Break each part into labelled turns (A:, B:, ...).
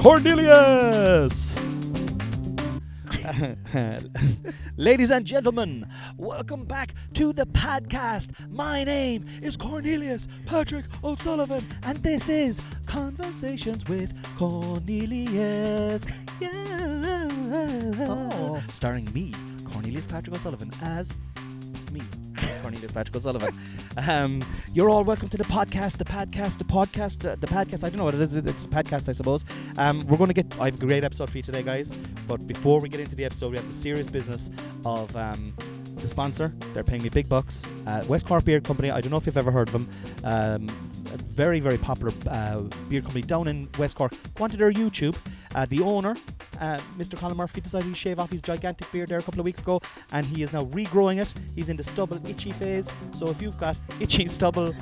A: Cornelius. Ladies and gentlemen, welcome back to the podcast. My name is Cornelius Patrick O'Sullivan, and this is Conversations with Cornelius. Yeah.
B: Oh.
A: Starring me, Cornelius Patrick O'Sullivan, as me, Cornelius Patrick O'Sullivan. Um, you're all welcome to the podcast, the podcast, the podcast, uh, the podcast. I don't know what it is. It's a podcast, I suppose. Um, we're going to get. I have a great episode for you today, guys. But before we get into the episode, we have the serious business of um, the sponsor. They're paying me big bucks. Uh, Westmore Beer Company. I don't know if you've ever heard of them. Um, a very, very popular uh, beer company down in West Cork. Go onto their YouTube. Uh, the owner, uh, Mr. Colin Murphy, decided to shave off his gigantic beard there a couple of weeks ago, and he is now regrowing it. He's in the stubble itchy phase. So if you've got itchy stubble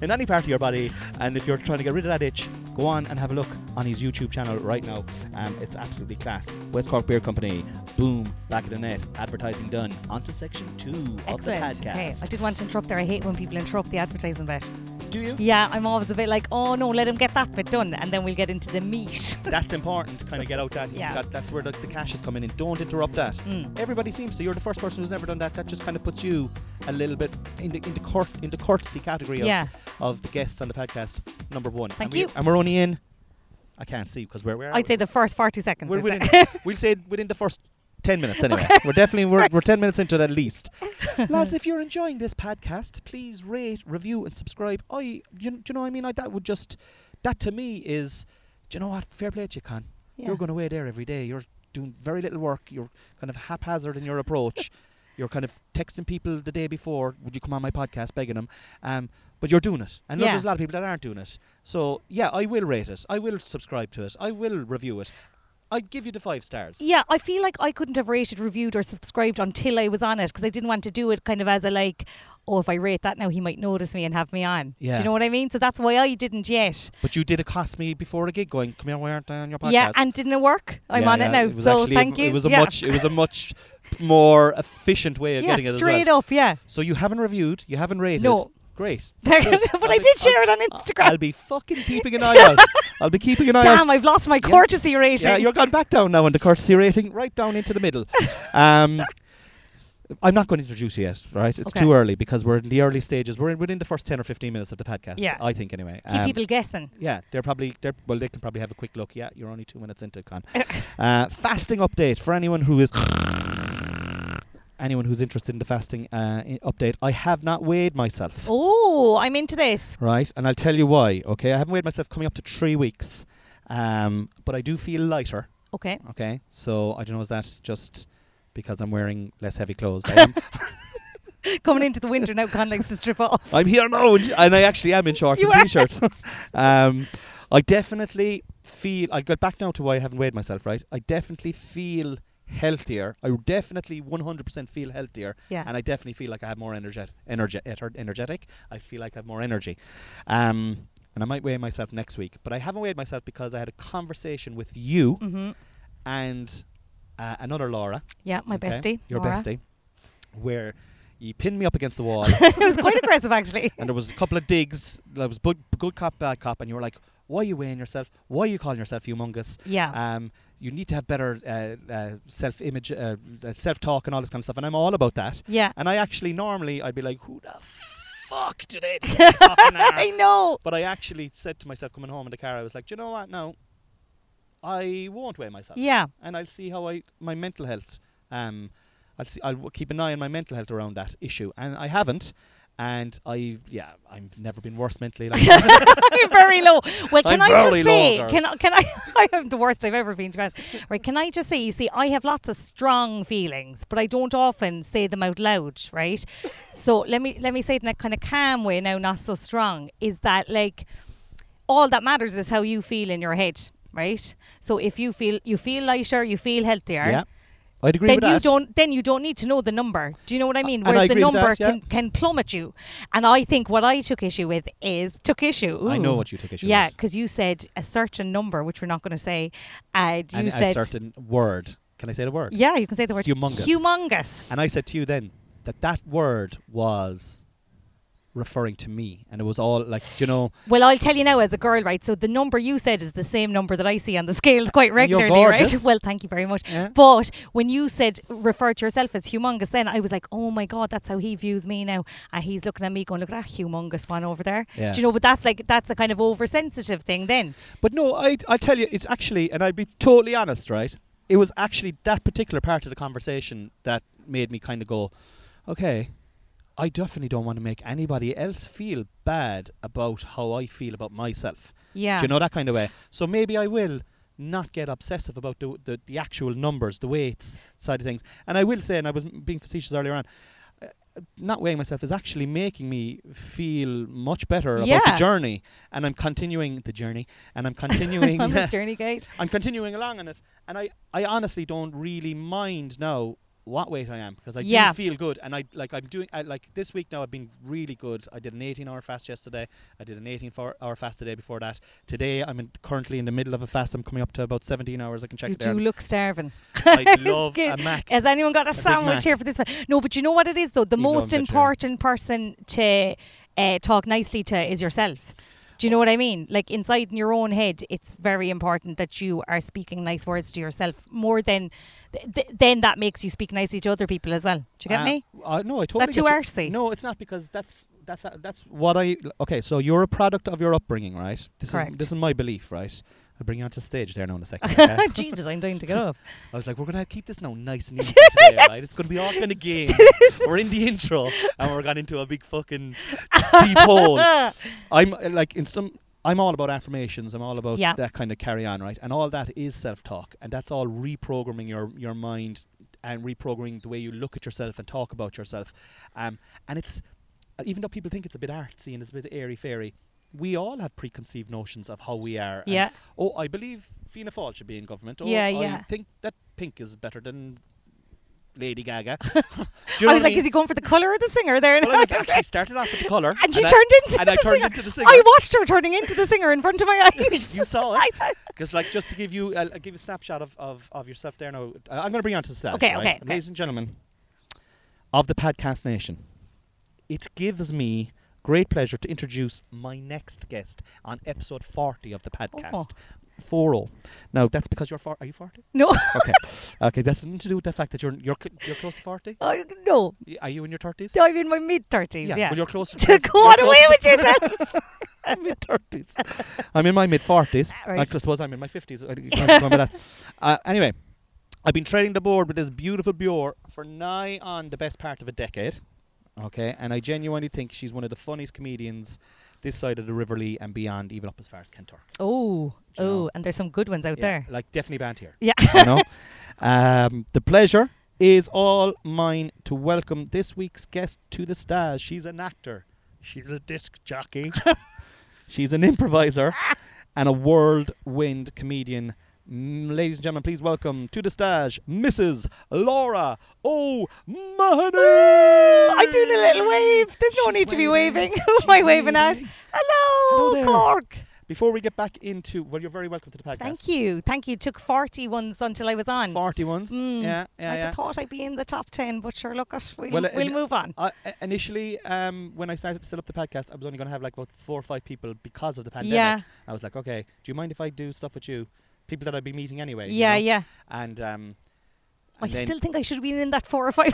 A: in any part of your body, and if you're trying to get rid of that itch, go on and have a look on his YouTube channel right now. Um, it's absolutely class. West Cork Beer Company. Boom. Back of the net. Advertising done. On to section two of the
B: Excellent. Okay.
A: podcast.
B: I did want to interrupt there. I hate when people interrupt the advertising bit.
A: Do you?
B: Yeah, I'm always a bit like, oh no, let him get that bit done, and then we'll get into the meat.
A: That's important to kind of get out that. He's
B: Yeah.
A: got- that's where the, the cash is coming in. Don't interrupt that.
B: Mm.
A: Everybody seems to. You're the first person who's never done that. That just kind of puts you a little bit in the in the court in the courtesy category of,
B: Yeah.
A: of the guests on the podcast. Number one.
B: Thank
A: and we-
B: you.
A: and we're only in. I can't see because where we are.
B: I'd say the first 40 seconds.
A: we're
B: is it?
A: within, we'll say within the first. 10 minutes anyway. We're definitely we're, we're 10 minutes into it at least. Lads, if you're enjoying this podcast, please rate, review and subscribe. I you, do you know what I mean? I, that would just that to me is do you know what? Fair play to you, Con.
B: Yeah.
A: You're going away there every day. You're doing very little work. You're kind of haphazard in your approach. you're kind of texting people the day before, would you come on my podcast, begging them. Um, but you're doing it. And look,
B: Yeah.
A: there's a lot of people that aren't doing it. So, yeah, I will rate it. I will subscribe to it. I will review it. I'd give you the five stars.
B: Yeah, I feel like I couldn't have rated, reviewed, or subscribed until I was on it because I didn't want to do it kind of as a like, oh, if I rate that now, he might notice me and have me on. Do
A: Yeah.
B: you know what I mean? So that's why I didn't yet.
A: But you did accost me before a gig going, come here, why aren't I on your podcast?
B: Yeah, and didn't it work? I'm
A: Yeah,
B: on
A: yeah,
B: it now.
A: It was
B: so
A: actually,
B: thank
A: it,
B: you.
A: It was a
B: yeah.
A: much, it was a much more efficient way of
B: yeah,
A: getting it as well.
B: straight up. Yeah.
A: So you haven't reviewed, you haven't rated.
B: No.
A: Great.
B: but
A: Good.
B: I
A: I'll
B: did
A: be-
B: share it on
A: I'll-
B: Instagram.
A: I'll be fucking keeping an eye out. I'll be keeping an eye out.
B: Damn, I've lost my courtesy rating.
A: Yeah, you're gone back down now on the courtesy rating, right down into the middle. Um, I'm not going to introduce you yet, right? It's
B: Okay.
A: too early because we're in the early stages. We're in, within the first ten or fifteen minutes of the podcast.
B: Yeah.
A: I think anyway.
B: Keep
A: Um,
B: people guessing.
A: yeah, they're probably they're well. They can probably have a quick look. Yeah, you're only two minutes into it, con. uh, fasting update for anyone who is anyone who's interested in the fasting uh, i- update. I have not weighed myself.
B: Oh, I'm into this.
A: Right, and I'll tell you why. Okay, I haven't weighed myself coming up to three weeks, um, but I do feel lighter.
B: Okay.
A: Okay, so I don't know is that just because I'm wearing less heavy clothes? I am,
B: Coming into the winter now, Con likes to strip off.
A: I'm here now, and and I actually am in shorts
B: You
A: and
B: are.
A: t-shirts. um, I definitely feel. I got back now to why I haven't weighed myself. Right, I definitely feel healthier. I definitely 100% feel healthier,
B: Yeah.
A: and I definitely feel like I have more energet, energe- eter- energetic. I feel like I have more energy. Um, and I might weigh myself next week, but I haven't weighed myself because I had a conversation with you
B: mm-hmm.
A: and uh, another Laura.
B: Yeah, my
A: Okay,
B: bestie.
A: Your
B: Laura.
A: bestie. Where you pinned me up against the wall
B: it was quite aggressive, actually.
A: and there was a couple of digs. There was bu- good cop, bad cop, and you were like, why are you weighing yourself? Why are you calling yourself humongous?
B: Yeah.
A: Um, you need to have better uh, uh, self-image, uh, self-talk and all this kind of stuff. And I'm all about that.
B: yeah.
A: And I actually, normally, I'd be like, who the fuck do they think they fucking are?"
B: I know.
A: But I actually said to myself coming home in the car, I was like, do you know what? No, I won't weigh myself
B: Yeah.
A: and I'll see how I my mental health. Um, I'll see, I'll w- keep an eye on my mental health around that issue, and I haven't. And I, yeah, I've never been worse mentally. Like
B: You're very low. Well,
A: I'm
B: can I just
A: very low,
B: say,
A: girl.
B: can I, can I, I am the worst I've ever been, to be honest. Right, can I just say, you see, I have lots of strong feelings, but I don't often say them out loud, right? so let me, let me say it in a kind of calm way now, not so strong, is that like, all that matters is how you feel in your head. right? So if you feel you feel lighter, you feel healthier.
A: Yeah. I'd agree
B: Then you
A: with that. Uh,
B: don't. Then you don't need to know the number. Do you know what I mean?
A: and I
B: Whereas the
A: agree with
B: number
A: that, yeah.
B: can, can plummet you, and I think what I took issue with is took issue.
A: I know
B: Ooh.
A: what you took issue
B: Yeah,
A: with.
B: because you said a certain number, which we're not going to say. And you
A: and
B: said
A: a certain word. Can I say the word?
B: yeah, you can say the word
A: Humongous.
B: Humongous.
A: And I said to you then that that word was referring to me, and it was all like, do you know,
B: well, I'll tell you now as a girl, right? So the number you said is the same number that I see on the scales quite
A: And you're
B: regularly, right?
A: gorgeous.
B: Well, thank you very much.
A: Yeah.
B: But when you said referred to yourself as humongous, then I was like, oh my god, that's how he views me now. And he's looking at me going, look at that humongous one over there.
A: Yeah.
B: Do you know? But that's like that's a kind of oversensitive thing. Then
A: But no, I I tell you, it's actually, and I'd be totally honest, right? It was actually that particular part of the conversation that made me kind of go, okay, I definitely don't want to make anybody else feel bad about how I feel about myself.
B: yeah,
A: Do you know that kind of way? So maybe I will not get obsessive about the, the the actual numbers, the weights side of things. And I will say, and I was m- being facetious earlier on. uh, Not weighing myself is actually making me feel much better about
B: Yeah.
A: the journey, and I'm continuing the journey, and I'm continuing.
B: on this journey, guys.
A: I'm continuing along on it, and I, I honestly don't really mind now what weight I am because I
B: Yeah.
A: do feel good, and I like I'm doing I, like this week now I've been really good. I did an 18 hour fast yesterday. I did an 18 four- hour fast the day before that. Today I'm in, currently in the middle of a fast. I'm coming up to about 17 hours. I can check
B: You
A: it out.
B: do look starving.
A: I love a
B: Good.
A: mac.
B: Has anyone got a,
A: Big
B: sandwich
A: Mac.
B: here for this one? No, but you know what it is though. The
A: Even though I'm
B: most
A: vegetarian.
B: important person to uh, talk nicely to is yourself. Do you know what I mean? Like inside in your own head, it's very important that you are speaking nice words to yourself more than th- th- then that makes you speak nicely to other people as well. Do you get
A: Uh,
B: me?
A: Uh, no, I totally
B: too
A: get you.
B: arsey?
A: No, it's not because that's that's that's what I okay. So you're a product of your upbringing, right? This
B: Correct.
A: is this is my belief, right? I'll bring you onto stage there now in a second. okay?
B: Jesus, I'm dying to get up.
A: I was like, we're gonna keep this now nice and easy today, right? It's gonna be all kind of games. we're in the intro, and we're gone into a big fucking deep hole. I'm uh, like in some. I'm all about affirmations. I'm all about
B: Yeah.
A: that kind of carry on, right? And all that is self-talk, and that's all reprogramming your your mind and reprogramming the way you look at yourself and talk about yourself. Um, and it's uh, even though people think it's a bit artsy and it's a bit airy fairy, we all have preconceived notions of how we are. and,
B: Yeah.
A: oh, I believe Fianna Fáil should be in government. Oh,
B: Yeah,
A: I
B: yeah.
A: think that pink is better than Lady Gaga. Do you know
B: I
A: what
B: was like, is he going for the colour or the singer there?
A: Well, I was actually started off with the colour,
B: and she
A: I-
B: turned into
A: and
B: the
A: I turned
B: singer.
A: into the singer.
B: I watched her turning into the singer in front of my eyes.
A: you saw
B: I
A: it.
B: saw-
A: Because, like, just to give you, I'll, I'll give you a snapshot of, of, of yourself there now. Uh, I'm going to bring you on to the stage.
B: Okay,
A: right?
B: okay, okay.
A: Ladies and gentlemen of the Podcast Nation, it gives me great pleasure to introduce my next guest on episode 40 of the
B: Oh.
A: podcast. 40. Now, that's because you're 40. Are you 40?
B: no,
A: Okay. okay, that's nothing to do with the fact that you're you're cl- you're close to 40.
B: I- no,
A: Y- Are you in your 30s?
B: I'm in my mid thirties. Yeah.
A: Well, you're close to
B: to go on away with yourself.
A: mid 30s. I'm in my mid 40s.
B: Right.
A: I suppose I'm in my 50s. I can't remember that. Uh, anyway, I've been trading the board with this beautiful Bjor for nigh on the best part of a decade. Okay, and I genuinely think she's one of the funniest comedians this side of the River Lee and beyond, even up as far as Kentork.
B: oh,
A: Do you know?
B: oh, and there's some good ones out
A: Yeah,
B: there.
A: Like definitely banned here.
B: Yeah.
A: you know. Um, the pleasure is all mine to welcome this week's guest to the stars. She's an actor. She's a disc jockey. She's an improviser and a whirlwind comedian. Mm, Ladies and gentlemen, please welcome to the stage Mrs. Laura O'Mahony.
B: I'm doing a little wave. There's no
A: She's
B: need to be
A: waving.
B: waving. Who am I
A: She's
B: waving at?
A: waving. Hello
B: Hello,
A: there.
B: Cork.
A: Before we get back into, well, you're very welcome to the podcast.
B: Thank you. Thank you. Took 40 ones until I was on.
A: Forty ones.
B: Mm.
A: Yeah, yeah,
B: I
A: yeah.
B: just thought I'd be in the top 10, but sure, look, at, we'll,
A: Well, uh,
B: we'll
A: in-
B: move on.
A: I, i- initially, um, when I started to set up the podcast, I was only going to have like about four or five people because of the pandemic.
B: Yeah.
A: I was like, okay, do you mind if I do stuff with you? People that I'd be meeting anyway. you
B: Yeah,
A: know?
B: yeah.
A: And, um,
B: I
A: and then
B: still think I should have been in that four or five.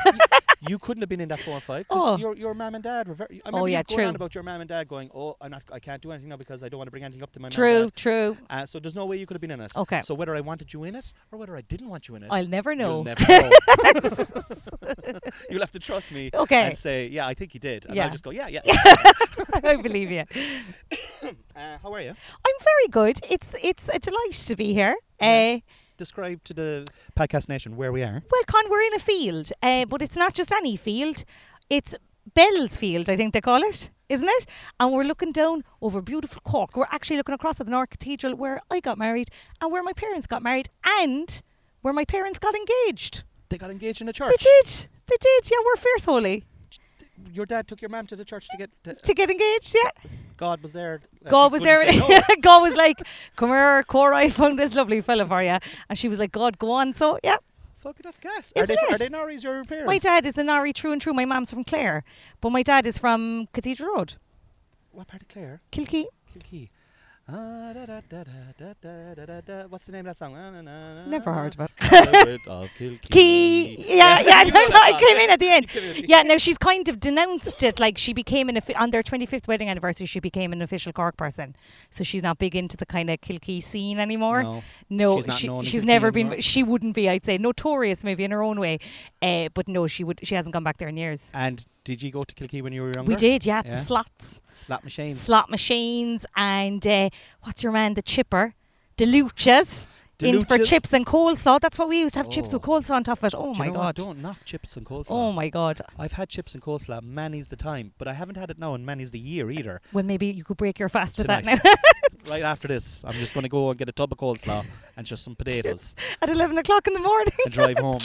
A: you couldn't have been in that four or five because
B: Oh.
A: your your mum and dad were very. I
B: Oh,
A: remember you
B: yeah,
A: going on
B: true.
A: about your mum and dad going, oh, I'm not, I can't do anything now because I don't want to bring anything up to my mum and
B: true,
A: dad."
B: true.
A: Uh, so there's no way you could have been in it.
B: Okay.
A: So whether I wanted you in it or whether I didn't want you in it,
B: I'll never
A: You'll
B: know.
A: never know. You'll have to trust me
B: Okay.
A: and say, yeah, I think you did. And
B: Yeah.
A: I'll just go, yeah, yeah.
B: I believe you.
A: Uh, how are you?
B: I'm very good. It's it's a delight to be here. Uh,
A: Describe to the podcast nation where we are.
B: eh, Well, Con, we're in a field, uh, but it's not just any field. It's Bell's Field, I think they call it, isn't it? And we're looking down over beautiful Cork. We're actually looking across at the North Cathedral where I got married and where my parents got married and where my parents got engaged.
A: They got engaged in a church.
B: They did. They did. Yeah, we're fierce holy
A: Your dad took your mum to the church to get. To,
B: to get engaged. Yeah.
A: God was there. Uh, she
B: God was there.
A: couldn't say no.
B: God was like, come here, Cora, I found this lovely fella for you. And she was like, God, go on. So, yeah.
A: "Oh, Fuck it, that's gas. are
B: Isn't
A: they
B: it?
A: are they Norries your parents?
B: My dad is an Nari true and true. My mom's from Clare, but my dad is from Cathedral Road,
A: What part of Clare?
B: Kilkee.
A: Kilkee. Ah, da, da, da, da, da, da, da, da. What's the name of that song? Ah, na, na, na,
B: Never
A: na.
B: heard of it.
A: Pirate of Kilkee.
B: Key. Yeah, yeah.
A: You
B: No,
A: know
B: no,
A: that
B: I
A: song.
B: came in at the end.
A: You came in at the
B: Yeah, now she's kind of denounced it. Like she became an offi- on their 25th wedding anniversary, she became an official Cork person. So she's not big into the kind of Kilkee scene anymore.
A: No.
B: No,
A: She's not
B: she-
A: known in
B: she's
A: Kilkee
B: never been.
A: anymore.
B: She wouldn't be. I'd say notorious maybe in her own way, uh, but no, she would. She hasn't gone back there in years.
A: And did you go to Kilkee when you were younger?
B: We did, yeah.
A: Yeah.
B: The slots,
A: Slap machines.
B: slot machines, and uh, what's your man, the chipper, deluchas. In for
A: Deluchas.
B: chips and coleslaw. That's what we used to have chips
A: Oh.
B: with coleslaw on top of it. Oh
A: Do you
B: my
A: know what?
B: god.
A: Don't knock chips and coleslaw.
B: Oh my god.
A: I've had chips and coleslaw many's the time, but I haven't had it now in many's the year either.
B: Well, maybe you could break your fast with
A: Tonight.
B: that now
A: right after this, I'm just going to go and get a tub of coleslaw and just some potatoes
B: at 11 o'clock in the morning.
A: and drive home.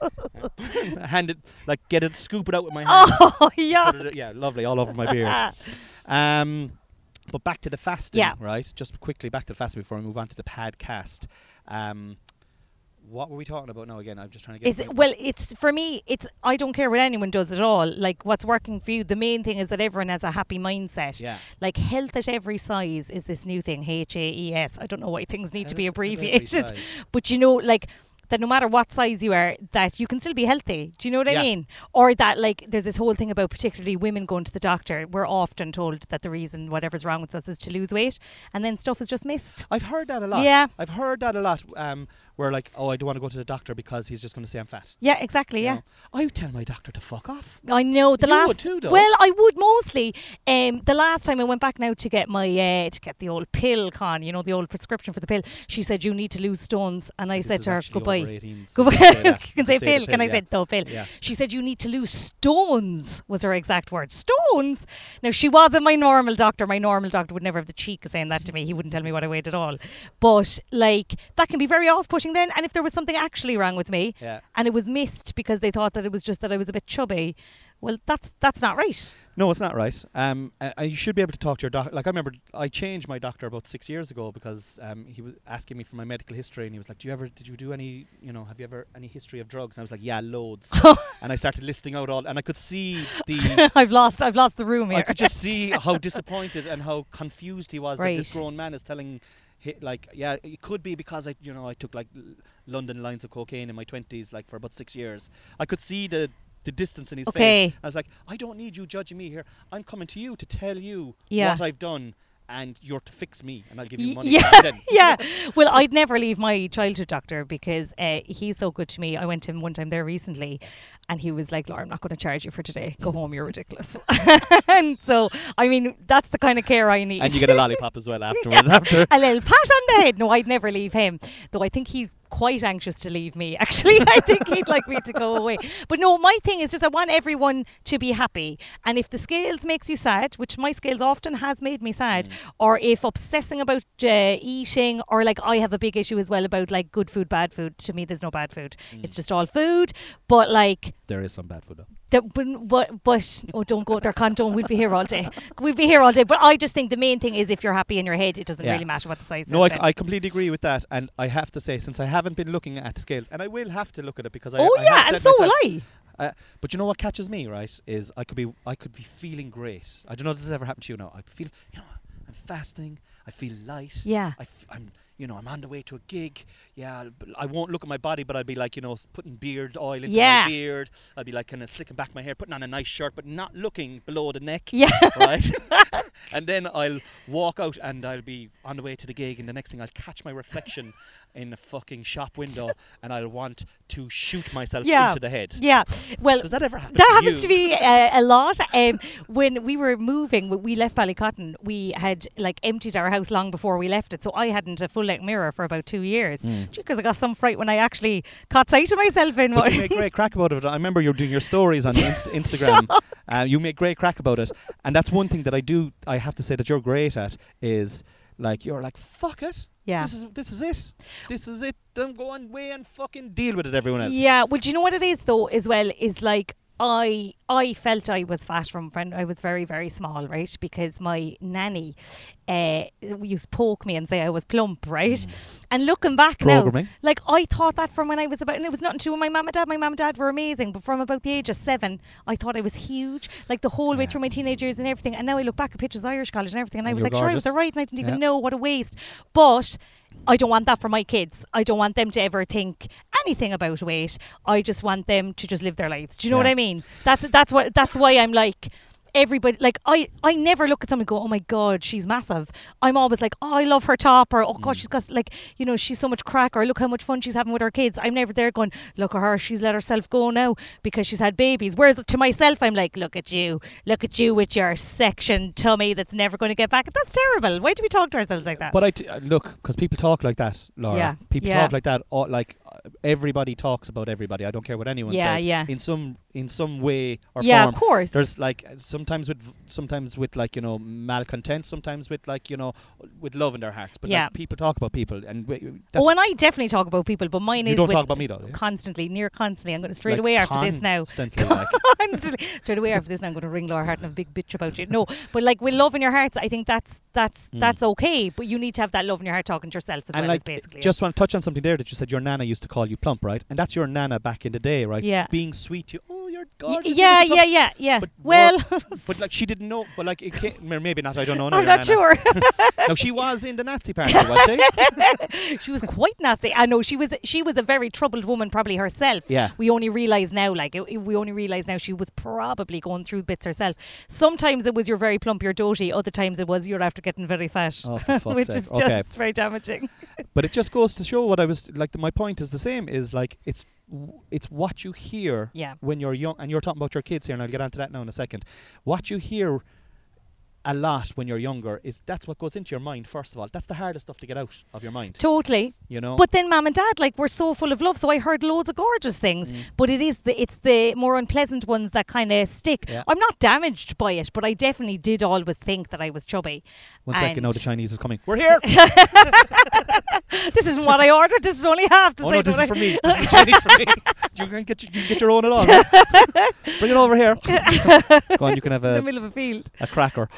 A: Hand it, like, get it, scoop it out with my hand.
B: Oh, yeah.
A: Put it- yeah, lovely, all over my beard. Um, but back to the fasting,
B: Yeah.
A: right? Just quickly back to the fasting before we move on to the podcast. Um, what were we talking about now again? I'm just trying to get.
B: Is
A: my-
B: it, well, it's for me. It's I don't care what anyone does at all. Like what's working for you. The main thing is that everyone has a happy mindset.
A: Yeah.
B: Like health at every size is this new thing. H A E S. I don't know why things need to be
A: Health at every
B: abbreviated,
A: size.
B: but you know, like that no matter what size you are, that you can still be healthy. Do you know what
A: Yeah.
B: I mean? Or that like there's this whole thing about particularly women going to the doctor. We're often told that the reason whatever's wrong with us is to lose weight, and then stuff is just missed.
A: I've heard that a lot.
B: Yeah.
A: I've heard that a lot. Um, where like, oh, I don't want to go to the doctor because he's just going to say I'm fat.
B: Yeah, exactly.
A: you
B: Yeah.
A: know? I would tell my doctor to fuck off.
B: I know the
A: You would
B: last.
A: too, though.
B: Well, I would mostly. Um, the last time I went back now to get my uh, to get the old pill, con, you know, the old prescription for the pill. She said you need to lose stones, and I
A: This
B: said
A: is
B: to her,
A: actually over
B: "Goodbye."
A: 18, so
B: Goodbye.
A: you can say that.
B: can say pill.
A: the
B: Can I
A: yeah.
B: say the pill?
A: Yeah.
B: She said you need to lose stones was her exact word. Stones. Now she wasn't my normal doctor. My normal doctor would never have the cheek of saying that to me. He wouldn't tell me what I weighed at all. But like that can be very off-putting then. And if there was something actually wrong with me,
A: Yeah.
B: and it was missed because they thought that it was just that I was a bit chubby. Well, that's that's not right.
A: No, it's not right. Um, a- and you should be able to talk to your doctor. Like I remember, I changed my doctor about six years ago because um, he was asking me for my medical history, and he was like, "Do you ever? Did you do any? You know, have you ever any history of drugs?" And I was like, "Yeah, loads." and I started listing out all, and I could see the.
B: I've lost I've lost the room
A: I
B: here.
A: could just see how disappointed and how confused he was that this
B: Right.
A: grown man is telling, hi- like, yeah, it could be because I, you know, I took like l- London lines of cocaine in my twenties, like for about six years. I could see the the distance in his
B: Okay.
A: face. I was like, I don't need you judging me here. I'm coming to you to tell you
B: Yeah.
A: what I've done, and you're to fix me, and I'll give you
B: Y-
A: money.
B: yeah,
A: back then.
B: yeah. Well, I'd never leave my childhood doctor because uh, he's so good to me. I went to him one time there recently, and he was like, "Laura, I'm not going to charge you for today. Go home. You're ridiculous." and so, I mean, that's the kind of care I need.
A: And you get a lollipop as well afterward. After
B: a little pat on the head. No, I'd never leave him. Though I think he's quite anxious to leave me. Actually, I think he'd like me to go away. But no, my thing is just I want everyone to be happy. And if the scales makes you sad, which my scales often has made me sad, or if obsessing about uh, eating, or like I have a big issue as well about like good food, bad food. To me, there's no bad food. It's just all food. But like
A: there is some bad food. Though.
B: that but, but but oh don't go there can't don't we'd be here all day we'd be here all day but I just think the main thing is if you're happy in your head it doesn't
A: Yeah.
B: really matter what the size
A: No, I,
B: is
A: c-
B: then.
A: I completely agree with that, and I have to say, since I haven't been looking at scales, and I will have to look at it because I.
B: oh
A: I have
B: yeah
A: said
B: and so
A: myself,
B: will I
A: Uh, but you know what catches me, right? Is I could be I could be feeling great. I don't know if this has ever happened to you now. I feel you know I'm fasting. I feel light.
B: Yeah.
A: I f- I'm you know I'm on the way to a gig. Yeah. I'll b- I won't look at my body, but I'll be like you know s- putting beard oil into
B: Yeah.
A: my beard. I'll be like kind of slicking back my hair, putting on a nice shirt, but not looking below the neck.
B: Yeah.
A: Right. and then I'll walk out and I'll be on the way to the gig, and the next thing I'll catch my reflection in a fucking shop window, and I'll want to shoot myself
B: Yeah.
A: into the head.
B: Yeah. Well,
A: Does that ever happen?
B: that
A: to
B: happens
A: you?
B: to me uh, a lot. Um, when we were moving, when we left Ballycotton, we had like emptied our house long before we left it. So I hadn't a full length mirror for about two years
A: Mm.
B: because I got some fright when I actually caught sight of myself in
A: But
B: one.
A: you make great crack about it. I remember you were doing your stories on Inst- Instagram. Uh, you make great crack about it, and that's one thing that I do. I have to say that you're great at is like you're like fuck it.
B: Yeah.
A: This is this is it. This is it. Then go on way and fucking deal with it. Everyone else.
B: Yeah. Well, do you know what it is though? As well is like I I felt I was fat from when I was very very small, right? Because my nanny uh, used to poke me and say I was plump, right?
A: Mm.
B: And looking back
A: Programming.
B: now, like I thought that from when I was about, and it was nothing to do with my mum and dad. My mum and dad were amazing, but from about the age of seven, I thought I was huge, like the whole way
A: Yeah.
B: through my teenage years and everything. And now I look back at pictures of Irish college and everything, and,
A: And
B: I was
A: you're
B: like, sure, I was
A: gorgeous.
B: all right, and I didn't even
A: Yeah.
B: know what a waste. But I don't want that for my kids. I don't want them to ever think anything about weight. I just want them to just live their lives. Do you know what
A: Yeah.
B: I mean? That's that's what that's why I'm like. Everybody like I I never look at someone and go oh my god she's massive I'm always like oh I love her top or oh
A: Mm.
B: god she's got like you know she's so much crack or look how much fun she's having with her kids I'm never there going look at her she's let herself go now because she's had babies whereas to myself I'm like look at you look at you with your section tummy that's never going to get back that's terrible why do we talk to ourselves like that
A: But I t- uh, look because people talk like that, Laura.
B: Yeah.
A: People
B: Yeah.
A: talk like that. All, like uh, everybody talks about everybody. I don't care what anyone
B: Yeah,
A: says.
B: yeah.
A: In some in some way or
B: yeah
A: form.
B: of course
A: There's like uh, sometimes with v- sometimes with like you know malcontent, sometimes with like you know with love in their hearts. But like,
B: Yeah.
A: people talk about people, and w- that's,
B: oh and I definitely talk about people but mine
A: you
B: is
A: don't
B: with
A: talk about me though. yeah?
B: constantly near constantly I'm going to straight
A: Like,
B: away after this now
A: Constantly, like,
B: constantly. Straight away after this, I'm going to ring Laura Hart and have a big bitch about you. No, but like with love in your heart, I think that's that's
A: Mm.
B: that's okay. But you need to have that love in your heart talking to yourself as
A: and
B: well.
A: like
B: as basically, it.
A: just want to touch on something there that you said your nana used to call you plump, right? And that's your nana back in the day, right?
B: Yeah.
A: Being sweet, to you oh you're
B: Y-
A: gorgeous. you're
B: yeah,
A: plump."
B: yeah, yeah, yeah.
A: But
B: Well,
A: But like she didn't know. But like it came, or maybe not. I don't know. now,
B: I'm
A: your
B: not
A: nana.
B: sure.
A: No, she was in the Nazi party, was she?
B: she was quite nasty. I know she was. She was a very troubled woman, probably herself.
A: Yeah.
B: We only realise now, like it, it- we only realise now, she was probably going through bits herself. Sometimes it was you're very plump, you're doty. Other times it was you're after getting very fat,
A: Oh, for fuck's
B: which
A: sake.
B: is just
A: Okay.
B: very damaging.
A: but it just goes to show what I was like. The, my point is the same. Is like it's w- it's what you hear
B: Yeah.
A: when you're young, and you're talking about your kids here, and I'll get onto that now in a second. What you hear a lot when you're younger is that's what goes into your mind. First of all, that's the hardest stuff to get out of your mind.
B: Totally.
A: You know.
B: But then mum and dad, like, were so full of love. So I heard loads of gorgeous things.
A: Mm.
B: But it is the it's the more unpleasant ones that kind of stick.
A: Yeah.
B: I'm not damaged by it, but I definitely did always think that I was chubby.
A: one second now,
B: And
A: the Chinese is coming. We're here.
B: This isn't what I ordered. This is only half. To
A: oh
B: say
A: no, this
B: what
A: is for me. This is Chinese for me. You can get your, you can get your own at all. right? Bring it over here. Go on, you can have
B: I, in
A: a
B: the middle of a field.
A: a cracker.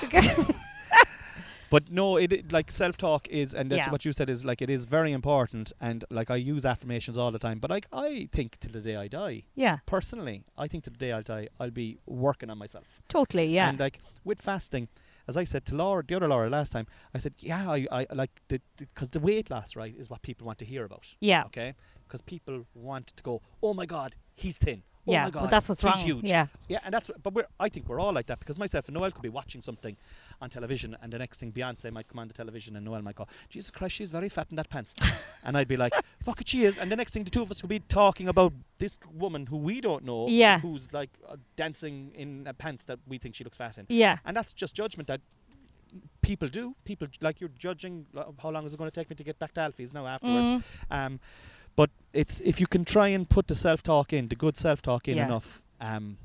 A: but no, it, it like self talk is, and that's
B: Yeah.
A: what you said is like it is very important. And like I use affirmations all the time, but like I think till the day I die,
B: Yeah,
A: personally, I think till the day I die, I'll be working on myself.
B: totally. Yeah.
A: And uh, like with fasting, as I said to Laura, the other Laura last time, I said, yeah, I, I like the because the weight loss right is what people want to hear about.
B: yeah.
A: Okay, because people want to go, oh my god, he's thin. Oh
B: yeah.
A: my god,
B: but that's what's
A: he's
B: wrong.
A: Huge.
B: Yeah.
A: Yeah, and that's but we're I think we're all like that because myself and Noel could be watching something on television, and the next thing Beyonce might come on the television, and Noel might go, "Jesus Christ, she's very fat in that pants," and I'd be like, "Fuck it, she is." And the next thing, the two of us could be talking about this woman who we don't know,
B: Yeah.
A: who's like uh, dancing in a pants that we think she looks fat in,
B: Yeah.
A: and that's just judgment that people do. People j- like you're judging like, how long is it going to take me to get back to Alfie's now afterwards.
B: Mm.
A: Um, but it's if you can try and put the self talk in, the good self talk in
B: Yeah.
A: enough. Um,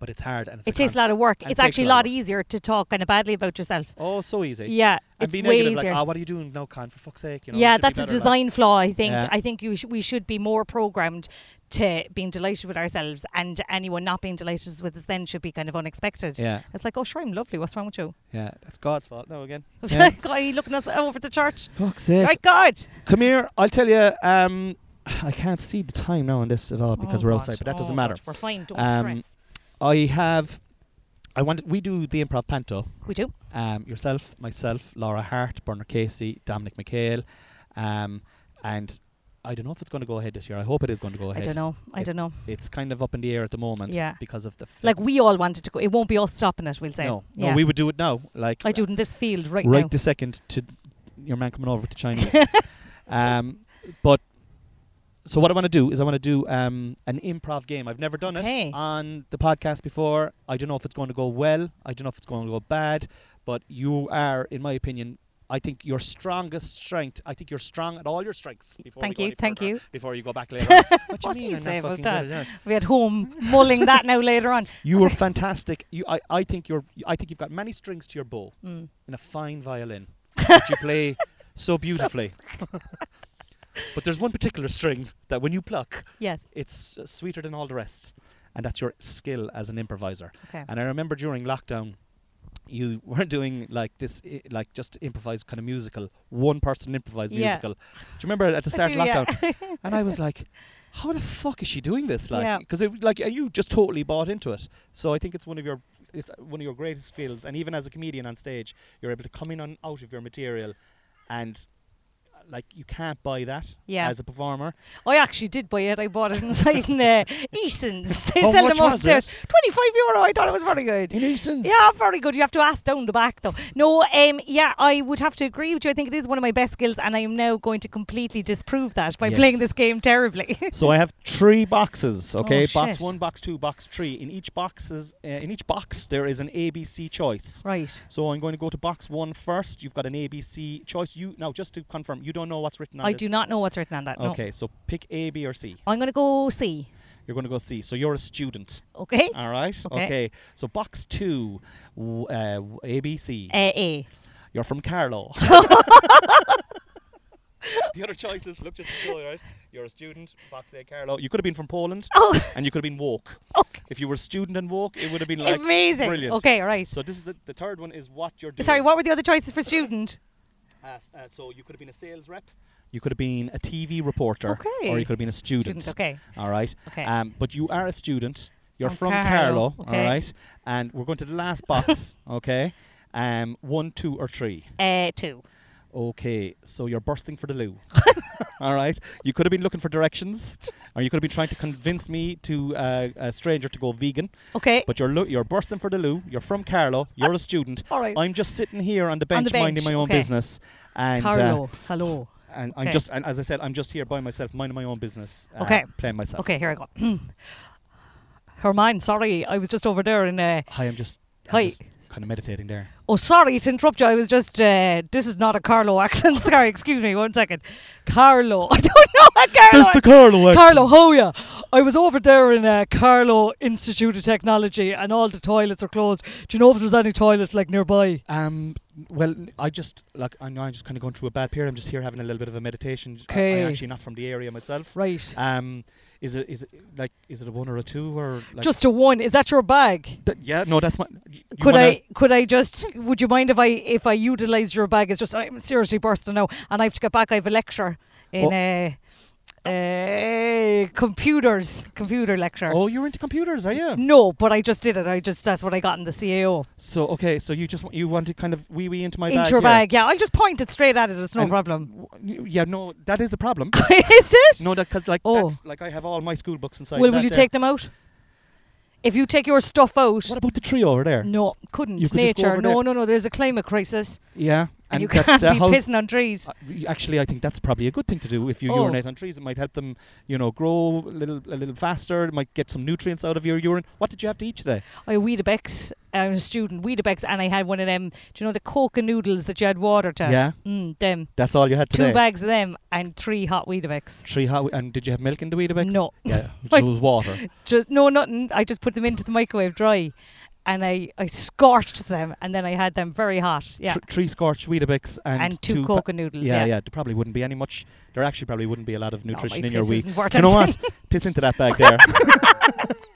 A: but it's hard and it's
B: It takes a lot of work.
A: And
B: It's
A: it takes
B: actually
A: a
B: a
A: lot
B: lot
A: of
B: easier to talk kind of badly about yourself.
A: of oh so easy.
B: Yeah,
A: and
B: it's
A: be
B: way
A: negative
B: easier.
A: like oh what are you doing now, Con? For fuck's sake, you know.
B: yeah,
A: you should be
B: that's a
A: better, like-
B: design flaw. I think.
A: Yeah.
B: I think you sh- we should be more programmed to being delighted with ourselves, and anyone not being delighted with us then should be kind of unexpected.
A: Yeah,
B: It's like, oh sure, I'm lovely. What's wrong with you?
A: yeah, that's God's fault. No, again.
B: It's
A: Yeah.
B: like, oh, you looking us over the church?
A: Fuck's sake.
B: Right, God.
A: Come here. I'll tell you. Um, I can't see the time now on this at all because
B: Oh,
A: we're
B: God.
A: outside, but that
B: Oh,
A: doesn't matter.
B: God. We're fine. Don't
A: Um,
B: stress.
A: I have. I wanted. We do the improv panto.
B: We do.
A: um, yourself, myself, Laura Hart, Bernard Casey, Dominic McHale, um, and I don't know if it's going to go ahead this year. I hope it is going to go
B: I
A: ahead.
B: don't know. I
A: It-
B: don't know.
A: It's kind of up in the air at the moment
B: Yeah.
A: because of the fi-
B: Like we all wanted to go. It won't be us stopping it. We'll say.
A: no,
B: yeah.
A: no, we would do it now. Like
B: I do it in this field right,
A: right
B: now.
A: the second to your man coming over to Chinese. um, but so what I want to do is I want to do um, an improv game. I've never done
B: Okay.
A: it on the podcast before. I don't know if it's going to go well. I don't know if it's going to go bad. But you are, in my opinion, I think your strongest strength. I think you're strong at all your strengths. Before
B: Thank
A: we go
B: you,
A: any
B: thank
A: further-
B: you.
A: Before you go back later. on. What,
B: What do
A: do
B: you
A: you mean? I'm
B: say
A: not
B: about
A: fucking good
B: that?
A: at that?
B: We at home mulling that now later on.
A: You were fantastic. You, I, I think you're. I think you've got many strings to your bow
B: Mm.
A: in a fine violin that you play so beautifully. but there's one particular string that when you pluck,
B: Yes.
A: it's uh, sweeter than all the rest, and that's your skill as an improviser.
B: Okay.
A: And I remember during lockdown, you were doing like this, i- like just improvised kind of musical, one person improvised
B: Yeah.
A: musical. Do you remember at the
B: I
A: start
B: do,
A: of
B: yeah.
A: lockdown? and I was like, how the fuck is she doing this?
B: Yeah.
A: Like, because it like and you just totally bought into it. So I think it's one of your it's uh, one of your greatest skills, and even as a comedian on stage, you're able to come in and out of your material, and uh, like you can't buy that
B: Yeah.
A: as a performer.
B: I actually did buy it. I bought it inside in uh, Eason's. They
A: How
B: sell
A: much
B: them
A: was
B: upstairs.
A: it?
B: Twenty-five euro. I thought it was very good. Yeah, very good. You have to ask down the back though. No, um, yeah, I would have to agree with you. I think it is one of my best skills, and I am now going to completely disprove that by
A: Yes.
B: playing this game terribly.
A: So I have three boxes. Okay, box
B: Oh, shit.
A: one, box two, box three. In each boxes, uh, in each box, there is an ABC choice.
B: right.
A: So I'm going to go to box one first. You've got an ABC choice. You now just to confirm, you don't know what's written on
B: I
A: this.
B: do not know what's written on that. no.
A: Okay, so pick A, B, or C.
B: I'm going to go C.
A: You're going to go C. So you're a student.
B: Okay. Uh,
A: All right.
B: Okay.
A: So box two, w- uh, w- A, B, C.
B: Uh, a.
A: You're from Carlow. the other choices. Look, just to show you, right? You're a student. Box A, Carlow. You could have been from Poland,
B: Oh,
A: and you could have been Woke.
B: okay.
A: If you were a student and Woke, it would have been like
B: amazing.
A: brilliant.
B: Okay, right.
A: So this is the, the third one is what you're doing.
B: Sorry, what were the other choices for student?
A: Uh, s- uh, so you could have been a sales rep. You could have been a TV reporter,
B: Okay.
A: or you could have been a student.
B: okay.
A: All right.
B: Okay.
A: Um, but you are a student. You're
B: From
A: from,
B: Carlow,
A: Carlo.
B: okay.
A: All right. And we're going to the last box. okay. Um, one, two, or three.
B: Uh, two.
A: Okay. So you're bursting for the loo. all right. You could have been looking for directions, or you could have been trying to convince me to uh, a stranger to go vegan.
B: Okay.
A: But you're lo- you're bursting for the loo. You're from Carlo. You're a student.
B: Ah, All right.
A: I'm just sitting here on the bench,
B: On the
A: minding
B: bench,
A: my own
B: okay.
A: business. And uh,
B: Carlo. hello.
A: and
B: Okay.
A: I'm just and as I said, I'm just here by myself, minding my own business. Uh,
B: Okay.
A: Playing myself.
B: Okay, here I go. Hermine, sorry, I was just over there and. Uh,
A: Hi, I'm just,
B: Hi.
A: I'm just kind of meditating there.
B: oh, sorry to interrupt you. I was just. Uh, this is not a Carlo accent. sorry, excuse me. One second. Carlo. I don't know a Carlo. accent.
A: Carlo.
B: Carlo, oh yeah. I was over there in uh, Carlo Institute of Technology and all the toilets are closed. Do you know if there's any toilets like nearby?
A: Um. Well, I just like I know I'm just kind of going through a bad period. I'm just here having a little bit of a meditation. J- I-
B: Okay.
A: I'm actually not from the area myself.
B: Right.
A: Um. Is it is it like is it a one or a two or like
B: just a one. Is that your bag?
A: Th- yeah? No, that's my. you
B: Could
A: wanna-
B: I could I just would you mind if I if I utilised your bag? It's just I'm seriously bursting now and I have to get back. I have a lecture
A: Oh.
B: in uh, uh, computers, computer lecture.
A: Oh, you're into computers, are you?
B: No, but I just did it. I just that's what I got in the CAO.
A: So okay, so you just want, you want to kind of wee wee into my
B: Into
A: bag
B: your
A: here.
B: bag, yeah. I'll just point it straight at it. It's no
A: And-
B: problem.
A: W- Yeah, no, that is a problem.
B: Is it?
A: no, that because like
B: Oh.
A: that's like I have all my school books inside.
B: Will,
A: that
B: will you
A: there.
B: take them out? If you take your stuff out,
A: What about the tree over there?
B: no, couldn't
A: You could just go
B: nature.
A: over
B: no,
A: there.
B: no, no. There's a climate crisis,
A: Yeah,
B: and, you
A: that-
B: can't
A: the
B: be
A: house-
B: pissing on trees.
A: Uh, y- Actually, I think that's probably a good thing to do. If you
B: Oh.
A: urinate on trees, it might help them, you know, grow a little a little faster. It might get some nutrients out of your urine. What did you have to eat today?
B: I had Weetabix. I'm a student Weetabix, and I had one of them. Do you know the coke and noodles that you had water to?
A: Yeah,
B: Mm, them.
A: that's all you had today.
B: Two bags of them and three hot Weetabix.
A: Three hot. And did you have milk in the Weetabix?
B: No,
A: Yeah,
B: Like-
A: it was water.
B: just no, nothing. I just put them into the microwave dry, and I I scorched them, and then I had them very hot. Yeah,
A: Thr- three scorched Weetabix and,
B: and, two,
A: pa-
B: coke and noodles.
A: yeah,
B: Yeah,
A: yeah. There probably wouldn't be any much. There actually probably wouldn't be a lot of
B: No, my
A: nutrition in your
B: piss
A: wee.
B: isn't
A: Do
B: working.
A: you know what? Piss into that bag there.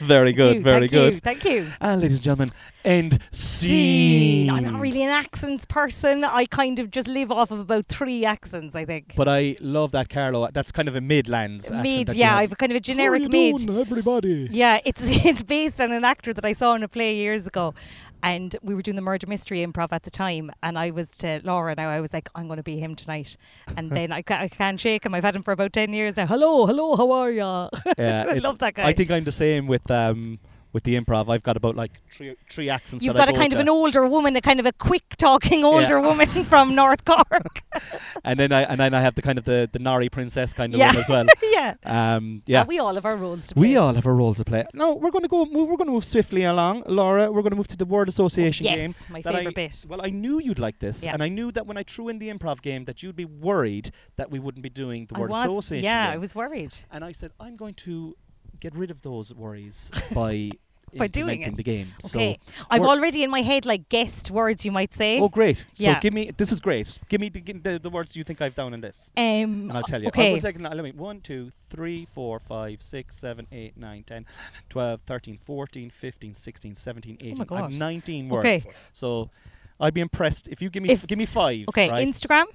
A: very good.
B: Thank you,
A: very
B: thank
A: good.
B: You, thank you.
A: And ladies and gentlemen, end
B: scene.
A: scene.
B: I'm not really an accents person. I kind of just live off of about three accents, I think.
A: But I love that Carlo. That's kind of a midlands accent
B: Mid,
A: that you
B: yeah,
A: have.
B: I've kind of a generic mid.
A: everybody?
B: Yeah, it's it's based on an actor that I saw in a play years ago, And we were doing the murder mystery improv at the time, and I was to Laura now. I was like, I'm going to be him tonight, and then I, ca- I can't shake him. I've had him for about ten years now. Hello, hello, how are ya?
A: Yeah,
B: I
A: it's-
B: love that guy.
A: I think I'm the same with um with the improv. I've got about like three, three accents.
B: You've
A: that I
B: got a
A: go
B: kind of
A: to.
B: an older woman, a kind of a quick talking older woman from North Cork.
A: and then I and then I have the kind of the the Nari princess kind of
B: Yeah.
A: one as well.
B: yeah.
A: Um, yeah.
B: Uh, we all have our roles to play.
A: We all have a role to play. No, we're going to go. Move, we're going to move swiftly along, Laura. We're going to move to the word association
B: yes,
A: game.
B: my
A: that I-
B: favourite bit.
A: Well, I knew you'd like this,
B: Yeah.
A: and I knew that when I threw in the improv game, that you'd be worried that we wouldn't be doing the
B: I
A: word
B: was-
A: association.
B: yeah,
A: game.
B: I was worried.
A: And I said, I'm going to get rid of those worries by
B: By doing
A: implementing
B: it.
A: the game.
B: Okay,
A: So,
B: I've
A: we're-
B: already in my head like guessed words you might say. Um,
A: oh, great. So
B: Yeah.
A: give me this is great. Give me the, gi- the, the words you think I've down in this.
B: Um,
A: And I'll tell you. I
B: Okay.
A: will take it now. Let me. 1, 2, 3, 4, 5, 6, 7, 8, 9, 10, 12, 13, 14, 15, 16, 17, 18.
B: Oh my
A: I have
B: God.
A: 19 words.
B: Okay.
A: So I'd be impressed if you give me
B: If-
A: give me five.
B: okay.
A: Right?
B: Instagram.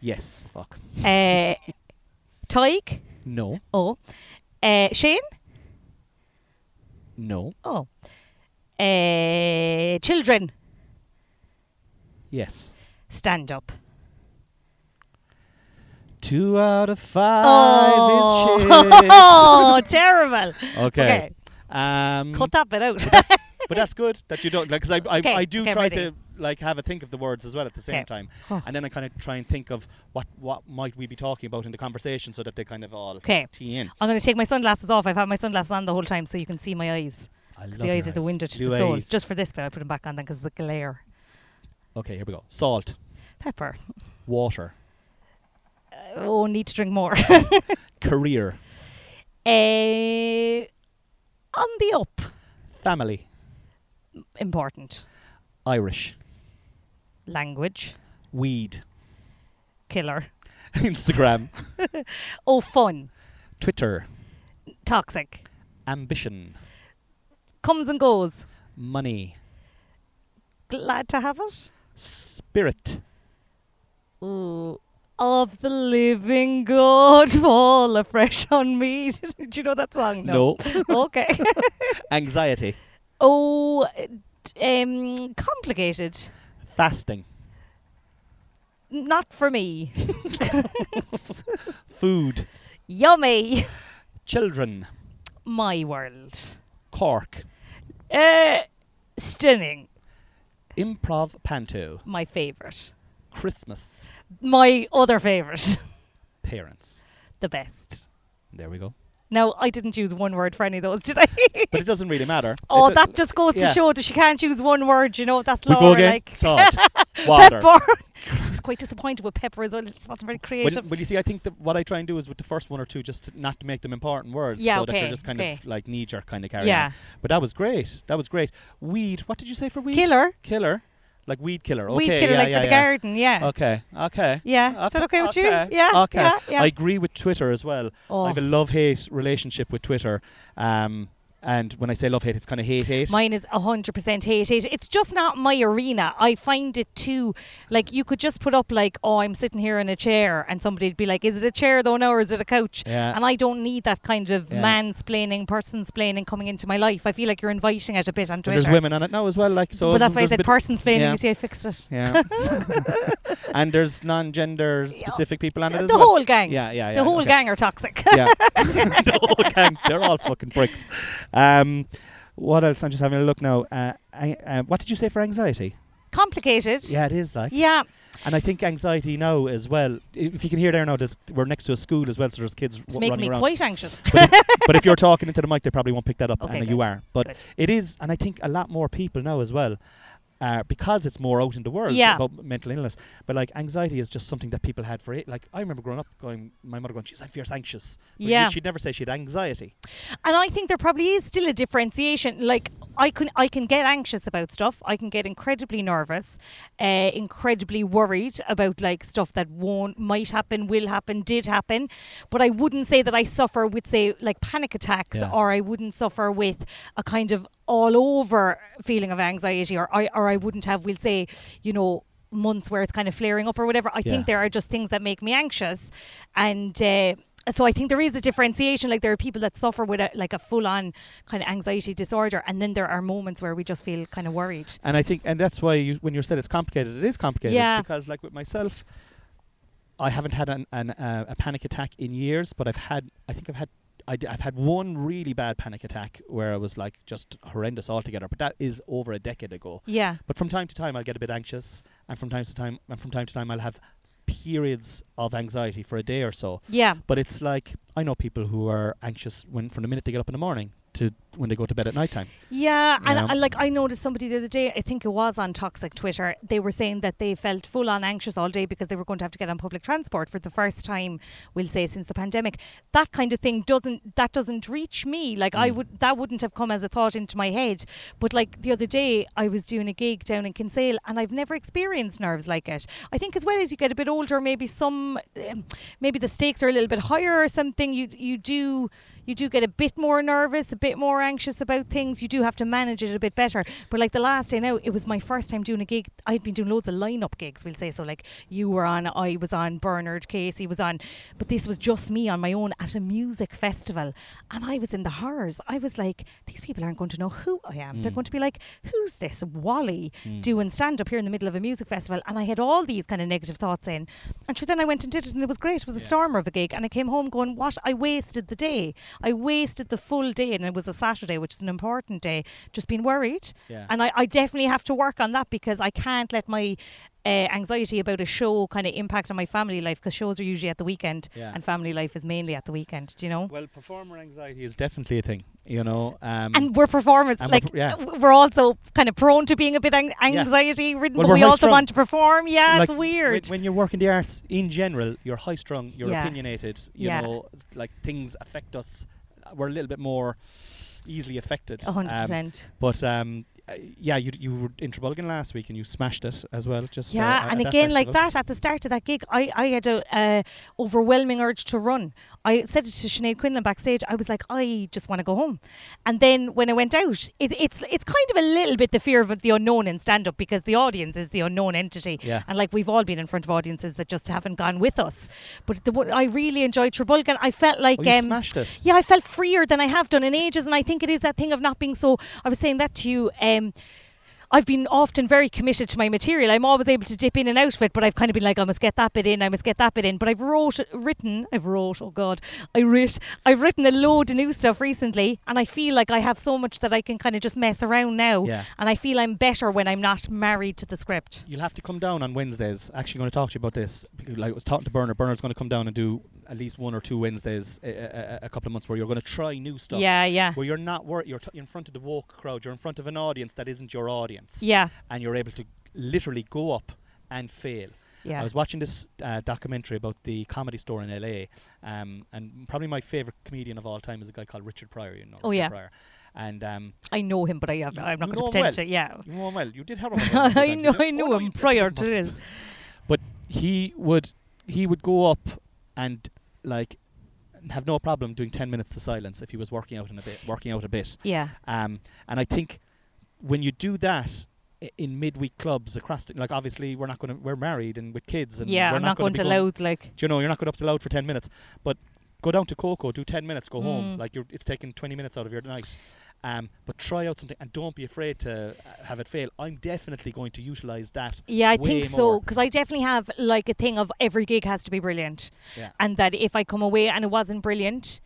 A: yes. Fuck.
B: Uh, Tyke.
A: No.
B: Oh. Uh, Shane.
A: No.
B: Oh. Uh, children.
A: Yes.
B: Stand up.
A: Two out of five
B: oh, terrible.
A: is shit. okay. Um,
B: Cut that bit out.
A: but that's good that you don't like because I, I,
B: Okay,
A: I do
B: okay, I'm
A: try
B: ready.
A: to like have a think of the words as well at the same
B: Okay.
A: time
B: Oh.
A: and then I kind of try and think of what what might we be talking about in the conversation so that they kind of all
B: Okay.
A: tee in
B: I'm going to take my sunglasses off. I've had my sunglasses on the whole time, so you can see my eyes.
A: I
B: 'Cause
A: love
B: The
A: your
B: eyes are the window to
A: Blue
B: the soul.
A: eyes.
B: Just for this bit, I put them back on then because the glare.
A: okay here we go salt
B: Pepper.
A: water
B: Oh, need to drink more. uh,
A: career
B: Eh, on the up.
A: family
B: Important.
A: Irish
B: Language.
A: weed
B: Killer.
A: Instagram
B: Oh, fun.
A: Twitter
B: Toxic.
A: ambition
B: Comes and goes.
A: money
B: Glad to have it.
A: spirit
B: Ooh. Of the living God, fall afresh on me. Do you know that song? okay.
A: anxiety
B: oh, d- um, complicated.
A: fasting
B: Not for me.
A: food
B: Yummy.
A: children
B: My world.
A: Cork
B: Uh, stunning.
A: improv panto
B: My favourite.
A: Christmas
B: My other favourite.
A: parents.
B: the best.
A: There we go.
B: Now, I didn't use one word for any of those, did I?
A: But it doesn't really matter.
B: oh,
A: It do-
B: that just goes
A: yeah.
B: to show that she can't use one word, you know. That's
A: we
B: Laura,
A: go again.
B: like.
A: Salt, water.
B: Pepper. I was quite disappointed with Pepper as well. It wasn't very
A: Well,
B: creative.
A: well, you see, I think that what I try and do is with the first one or two, just to not to make them important words,
B: Yeah,
A: so that they're
B: okay,
A: just kind
B: okay.
A: of like knee jerk kind of carry
B: Yeah.
A: on. But that was great. That was great. Weed. What did you say for weed?
B: Killer.
A: Killer. Like weed killer.
B: Weed
A: okay,
B: killer,
A: yeah,
B: like
A: yeah,
B: for the
A: yeah.
B: garden, yeah.
A: Okay. Okay.
B: Yeah. Is that okay with you? Yeah,
A: Okay.
B: yeah, yeah.
A: I agree with Twitter as well.
B: Oh.
A: I have a love hate relationship with Twitter. Um, and when I say love hate, it's kind of hate hate.
B: Mine is 100% hate, hate. It's just not my arena. I find it too, like, you could just put up, like, oh, I'm sitting here in a chair, and somebody'd be like, is it a chair though now, or is it a couch?
A: Yeah.
B: And I don't need that kind of
A: Yeah.
B: mansplaining, person-splaining coming into my life. I feel like you're inviting it a bit on
A: But
B: Twitter.
A: There's women on it now as well. Like so.
B: but that's why I
A: there's a
B: said
A: bit-
B: person-splaining.
A: yeah.
B: You see, I fixed it.
A: Yeah. and there's non-gender specific people on it as
B: The
A: well.
B: whole gang.
A: Yeah, yeah, yeah.
B: the whole
A: okay.
B: gang are toxic.
A: Yeah. the whole gang. They're all fucking pricks. Um, what else? I'm just having a look now. Uh, I, uh, what did you say for anxiety?
B: Complicated.
A: Yeah, it is like.
B: Yeah.
A: And I think anxiety now as well. i- If you can hear there now, there's, we're next to a school as well, so there's kids
B: It's
A: w-
B: making
A: running
B: me
A: around.
B: quite anxious.
A: but, if, but if you're talking into the mic, they probably won't pick that up.
B: Okay,
A: and you
B: good.
A: are. But
B: Good.
A: it is, and I think a lot more people now as well, uh, because it's more out in the world
B: Yeah.
A: about mental illness. But like anxiety is just something that people had for it. Like I remember growing up, going, my mother going, she's like fierce anxious. But you-
B: Yeah.
A: she'd never say she had anxiety.
B: and I think there probably is still a differentiation. Like I can I can get anxious about stuff. I can get incredibly nervous, uh, incredibly worried about like stuff that won't might happen, will happen, did happen. But I wouldn't say that I suffer with say like panic attacks,
A: Yeah.
B: or I wouldn't suffer with a kind of all over feeling of anxiety, or I or I wouldn't have we'll say you know months where it's kind of flaring up or whatever. I
A: Yeah.
B: think there are just things that make me anxious, and. Uh, so I think there is a differentiation. Like there are people that suffer with a, like a full-on kind of anxiety disorder, and then there are moments where we just feel kind of worried.
A: And I think, and that's why you, when you said it's complicated, it is complicated.
B: Yeah.
A: Because like with myself, I haven't had an, an uh, a panic attack in years, but I've had, I think I've had, I d- I've had one really bad panic attack where I was like just horrendous altogether. But that is over a decade ago.
B: Yeah,
A: But from time to time, I'll get a bit anxious, and from time to time, and from time to time, I'll have periods of anxiety for a day or so.
B: yeah,
A: But it's like I know people who are anxious when from the minute they get up in the morning to when they go to bed at nighttime.
B: yeah. And
A: Yeah.
B: I, like I noticed somebody the other day. I think it was on toxic Twitter. They were saying that they felt full-on anxious all day because they were going to have to get on public transport for the first time, we'll say, since the pandemic. That kind of thing doesn't that doesn't reach me. Like I
A: Mm.
B: would that wouldn't have come as a thought into my head. But like the other day, I was doing a gig down in Kinsale, and I've never experienced nerves like it. I think as well as you get a bit older, maybe some, um, maybe the stakes are a little bit higher or something. You you do you do get a bit more nervous, a bit more anxious about things. You do have to manage it a bit better. But like the last day now, it was my first time doing a gig. I'd been doing loads of lineup gigs, we'll say. So like you were on, I was on, Bernard Casey was on, but this was just me on my own at a music festival, and I was in the horrors. I was like, these people aren't going to know who I am. They're
A: Mm.
B: going to be like, who's this Wally?
A: Mm.
B: doing stand up here in the middle of a music festival and I had all these kind of negative thoughts in. And sure then I went and did it and it was great. It was a
A: Yeah.
B: stormer of a gig and I came home going, What? I wasted the day. I wasted the full day and it was a Saturday, which is an important day, just being worried.
A: Yeah.
B: And I, I definitely have to work on that because I can't let my uh, anxiety about a show kind of impact on my family life because shows are usually at the weekend
A: Yeah.
B: and family life is mainly at the weekend, do you know?
A: Well, performer anxiety is definitely a thing, you know. Um,
B: and we're performers.
A: And we're
B: like
A: pr- yeah.
B: w- we're also kind of prone to being a bit ang-
A: Yeah.
B: anxiety ridden,
A: Well,
B: but
A: we're
B: we
A: high
B: also
A: strung.
B: want to perform. Yeah, it's
A: like,
B: weird.
A: When, when you work in the arts in general, you're high strung, you're
B: Yeah.
A: opinionated, you
B: Yeah.
A: know, like things affect us. We're a little bit more easily affected.
B: A hundred
A: um,
B: percent.
A: But um, uh, yeah, you, you were in Trebolgan last week and you smashed it as well. Just uh,
B: Yeah,
A: at-
B: and
A: at
B: again, like
A: festival.
B: that, at the start of that gig, I, I had a uh, overwhelming urge to run. I said it to Sinead Quinlan backstage. I was like, I just want to go home. And then when I went out, it, it's it's kind of a little bit the fear of the unknown in stand up because the audience is the unknown entity.
A: Yeah.
B: And like we've all been in front of audiences that just haven't gone with us. But the, one- I really enjoyed Trebolgan. I felt like.
A: oh, you
B: um,
A: smashed it.
B: yeah, I felt freer than I have done in ages, and I think it is that thing of not being so. I was saying that to you. Um, I've been often very committed to my material. I'm always able to dip in and out of it, but I've kind of been like, I must get that bit in, I must get that bit in. But I've wrote, written, I've wrote, oh God, I writ, I've written a load of new stuff recently, and I feel like I have so much that I can kind of just mess around now.
A: Yeah.
B: And I feel I'm better when I'm not married to the script.
A: You'll have to come down on Wednesdays. Actually, going to talk to you about this. Because, like I was talking to Bernard. Bernard's going to come down and do at least one or two Wednesdays a, a, a couple of months where you're going to try new stuff.
B: Yeah, yeah.
A: Where you're not wor- you're, t- you're in front of the woke crowd. You're in front of an audience that isn't your audience.
B: Yeah,
A: And you're able to literally go up and fail.
B: yeah.
A: I was watching this uh, documentary about the comedy store in LA, um, and probably my favorite comedian of all time is a guy called Richard Pryor. You know,
B: Oh,
A: Richard
B: yeah.
A: Pryor. And um,
B: I know him, but I have,
A: You-
B: I'm not
A: you
B: going
A: know
B: to
A: him
B: pretend
A: well.
B: to. Yeah.
A: you know him well. You did have him. on a few
B: I
A: times,
B: know,
A: did you?
B: I
A: Oh,
B: knew
A: no, you
B: him
A: pissed
B: prior
A: him
B: to
A: off.
B: this.
A: he would he would go up and like have no problem doing 10 minutes to silence if he was working out in a bit working out a bit
B: Yeah.
A: um, and i think when you do that i- in midweek clubs across the, like obviously we're not going to we're married and with kids and
B: yeah,
A: we're
B: I'm not going
A: be
B: to loud like.
A: do you know you're not going up to loud for 10 minutes but go down to coco do 10 minutes go home
B: Mm.
A: like you're it's taking 20 minutes out of your night um, but try out something and don't be afraid to uh, have it fail i'm definitely going to utilize that
B: Yeah, I
A: way
B: think so
A: more.
B: because I definitely have like a thing of every gig has to be brilliant,
A: yeah
B: and that if I come away and it wasn't brilliant,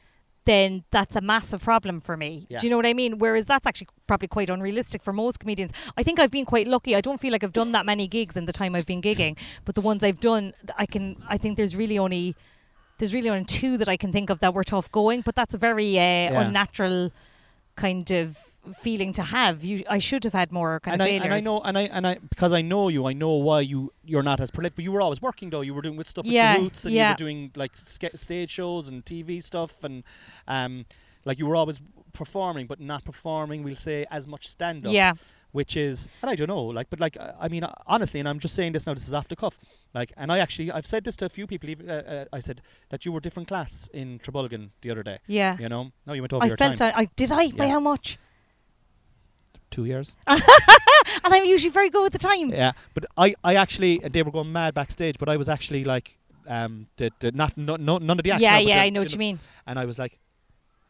B: then that's a massive problem for me.
A: Yeah.
B: Do you know what I mean? Whereas that's actually probably quite unrealistic for most comedians. I think I've been quite lucky. I don't feel like I've done that many gigs in the time I've been gigging, but the ones I've done, th- I can. I think there's really only. There's really only two that I can think of that were tough going, but that's a very uh, unnatural kind of feeling to have. You, I should have had more kind
A: and
B: of
A: I,
B: failures.
A: and I know and I and I because I know you, I know why you you're not as prolific. But you were always working though. You were doing with stuff
B: Yeah,
A: with the roots, and you
B: yeah.
A: were doing like sca- stage shows and TV stuff, and um, like you were always performing, but not performing. We'll say as much stand up.
B: Yeah.
A: Which is, and I don't know, like, but like, uh, I mean, uh, honestly, and I'm just saying this now. This is off the cuff, like, and I actually, I've said this to a few people. Even uh, uh, I said that you were different class in Trebolgan the other day.
B: Yeah.
A: You know, no, you went over
B: I
A: your
B: felt
A: time.
B: I, I did I by
A: Yeah.
B: how much?
A: two years.
B: And I'm usually very good with the time.
A: Yeah, but I, I actually, and they were going mad backstage, but I was actually like, um, the, the not, no, no, none of the action.
B: yeah,
A: on, but
B: yeah,
A: the-
B: I know
A: the-
B: what you mean.
A: And I was like,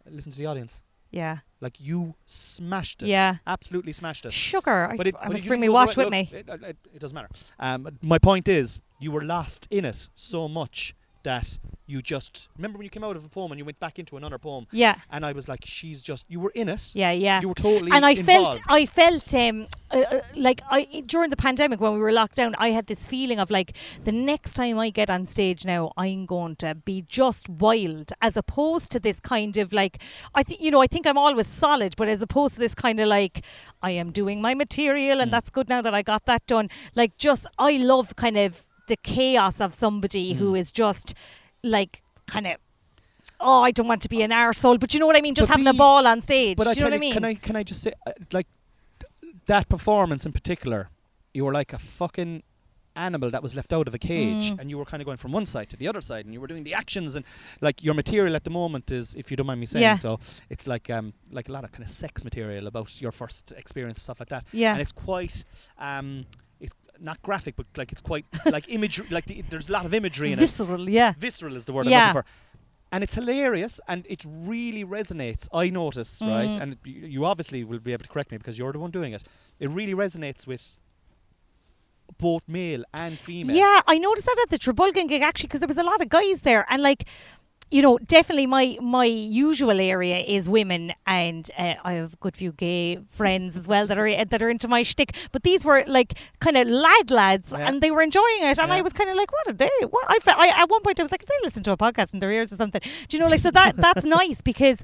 A: listen to the audience.
B: Yeah,
A: Like you smashed it.
B: Yeah.
A: Absolutely smashed it.
B: sugar. I,
A: But
B: f-
A: it-
B: I
A: but it
B: must
A: usually
B: bring my
A: goes
B: watch
A: away-
B: with me.
A: look, It, it- it doesn't matter. Um, my point is, you were lost in it so much that you just remember when you came out of a poem and you went back into another poem,
B: Yeah,
A: and I was like, she's just you were in it.
B: yeah, yeah.
A: You were totally
B: and I
A: involved.
B: felt, I felt, um, uh, uh, like I during the pandemic when we were locked down, I had this feeling of like the next time I get on stage now, I'm going to be just wild, as opposed to this kind of like, I think you know, I think I'm always solid, but as opposed to this kind of like, I am doing my material,
A: Hmm.
B: and that's good now that I got that done. Like, just I love kind of the chaos of somebody
A: Hmm.
B: who is just like kind of. Oh, I don't want to be an arsehole, but you know what I mean? Just
A: But
B: having a
A: be-
B: ball on stage.
A: But
B: do
A: I
B: you know
A: tell
B: what I mean?
A: can I can I just say, uh, like, th- that performance in particular, you were like a fucking animal that was left out of a cage,
B: Mm.
A: and you were kind of going from one side to the other side, and you were doing the actions, and like your material at the moment is, if you don't mind me saying
B: Yeah.
A: so, it's like um like a lot of kind of sex material about your first experience stuff like that,
B: Yeah.
A: and it's quite um. it's Not graphic, but like it's quite like imagery. Like the, there's a lot of imagery in it
B: Visceral, yeah.
A: visceral is the word
B: Yeah.
A: I'm looking for. And it's hilarious, and it really resonates. I notice, right?
B: Mhm.
A: And y- you obviously will be able to correct me because you're the one doing it. It really resonates with both male and female.
B: Yeah, I noticed that at the Trebulgan gig actually because there was a lot of guys there and like you know, definitely my my usual area is women, and uh, I have a good few gay friends as well that are that are into my shtick. But these were like kind of lad lads,
A: Yeah.
B: and they were enjoying it, and
A: Yeah.
B: I was kind of like, what are they? What I, felt, I at one point I was like, they listen to a podcast in their ears or something. Do you know? Like so that that's nice because.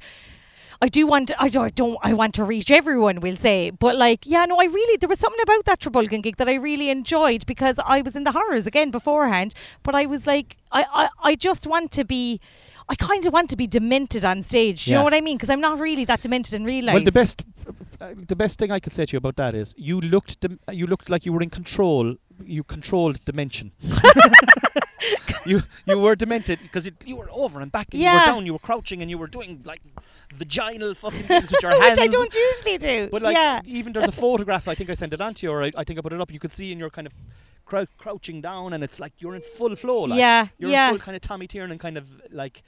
B: I do want. I don't, I don't. I want to reach everyone. We'll say, but like, yeah, no. I really there was something about that Trebulgan gig that I really enjoyed because I was in the horrors again beforehand. But I was like, I, I, I just want to be. I kind of want to be demented on stage. Do you
A: Yeah.
B: know what I mean? Because I'm not really that demented in real life.
A: Well, the best, uh, the best thing I could say to you about that is you looked, dim- uh, you looked like you were in control. You controlled dimension. you you were demented because you were over and back, and you
B: Yeah.
A: were down, you were crouching, and you were doing like vaginal fucking things with your hands.
B: Which I don't usually do.
A: But like,
B: yeah.
A: even there's a photograph. I think I sent it on to you, or I, I think I put it up. You could see, and you're kind of crou- crouching down, and it's like you're in full flow. Like,
B: yeah,
A: You're
B: yeah,
A: in full kind of Tommy Tiernan kind of like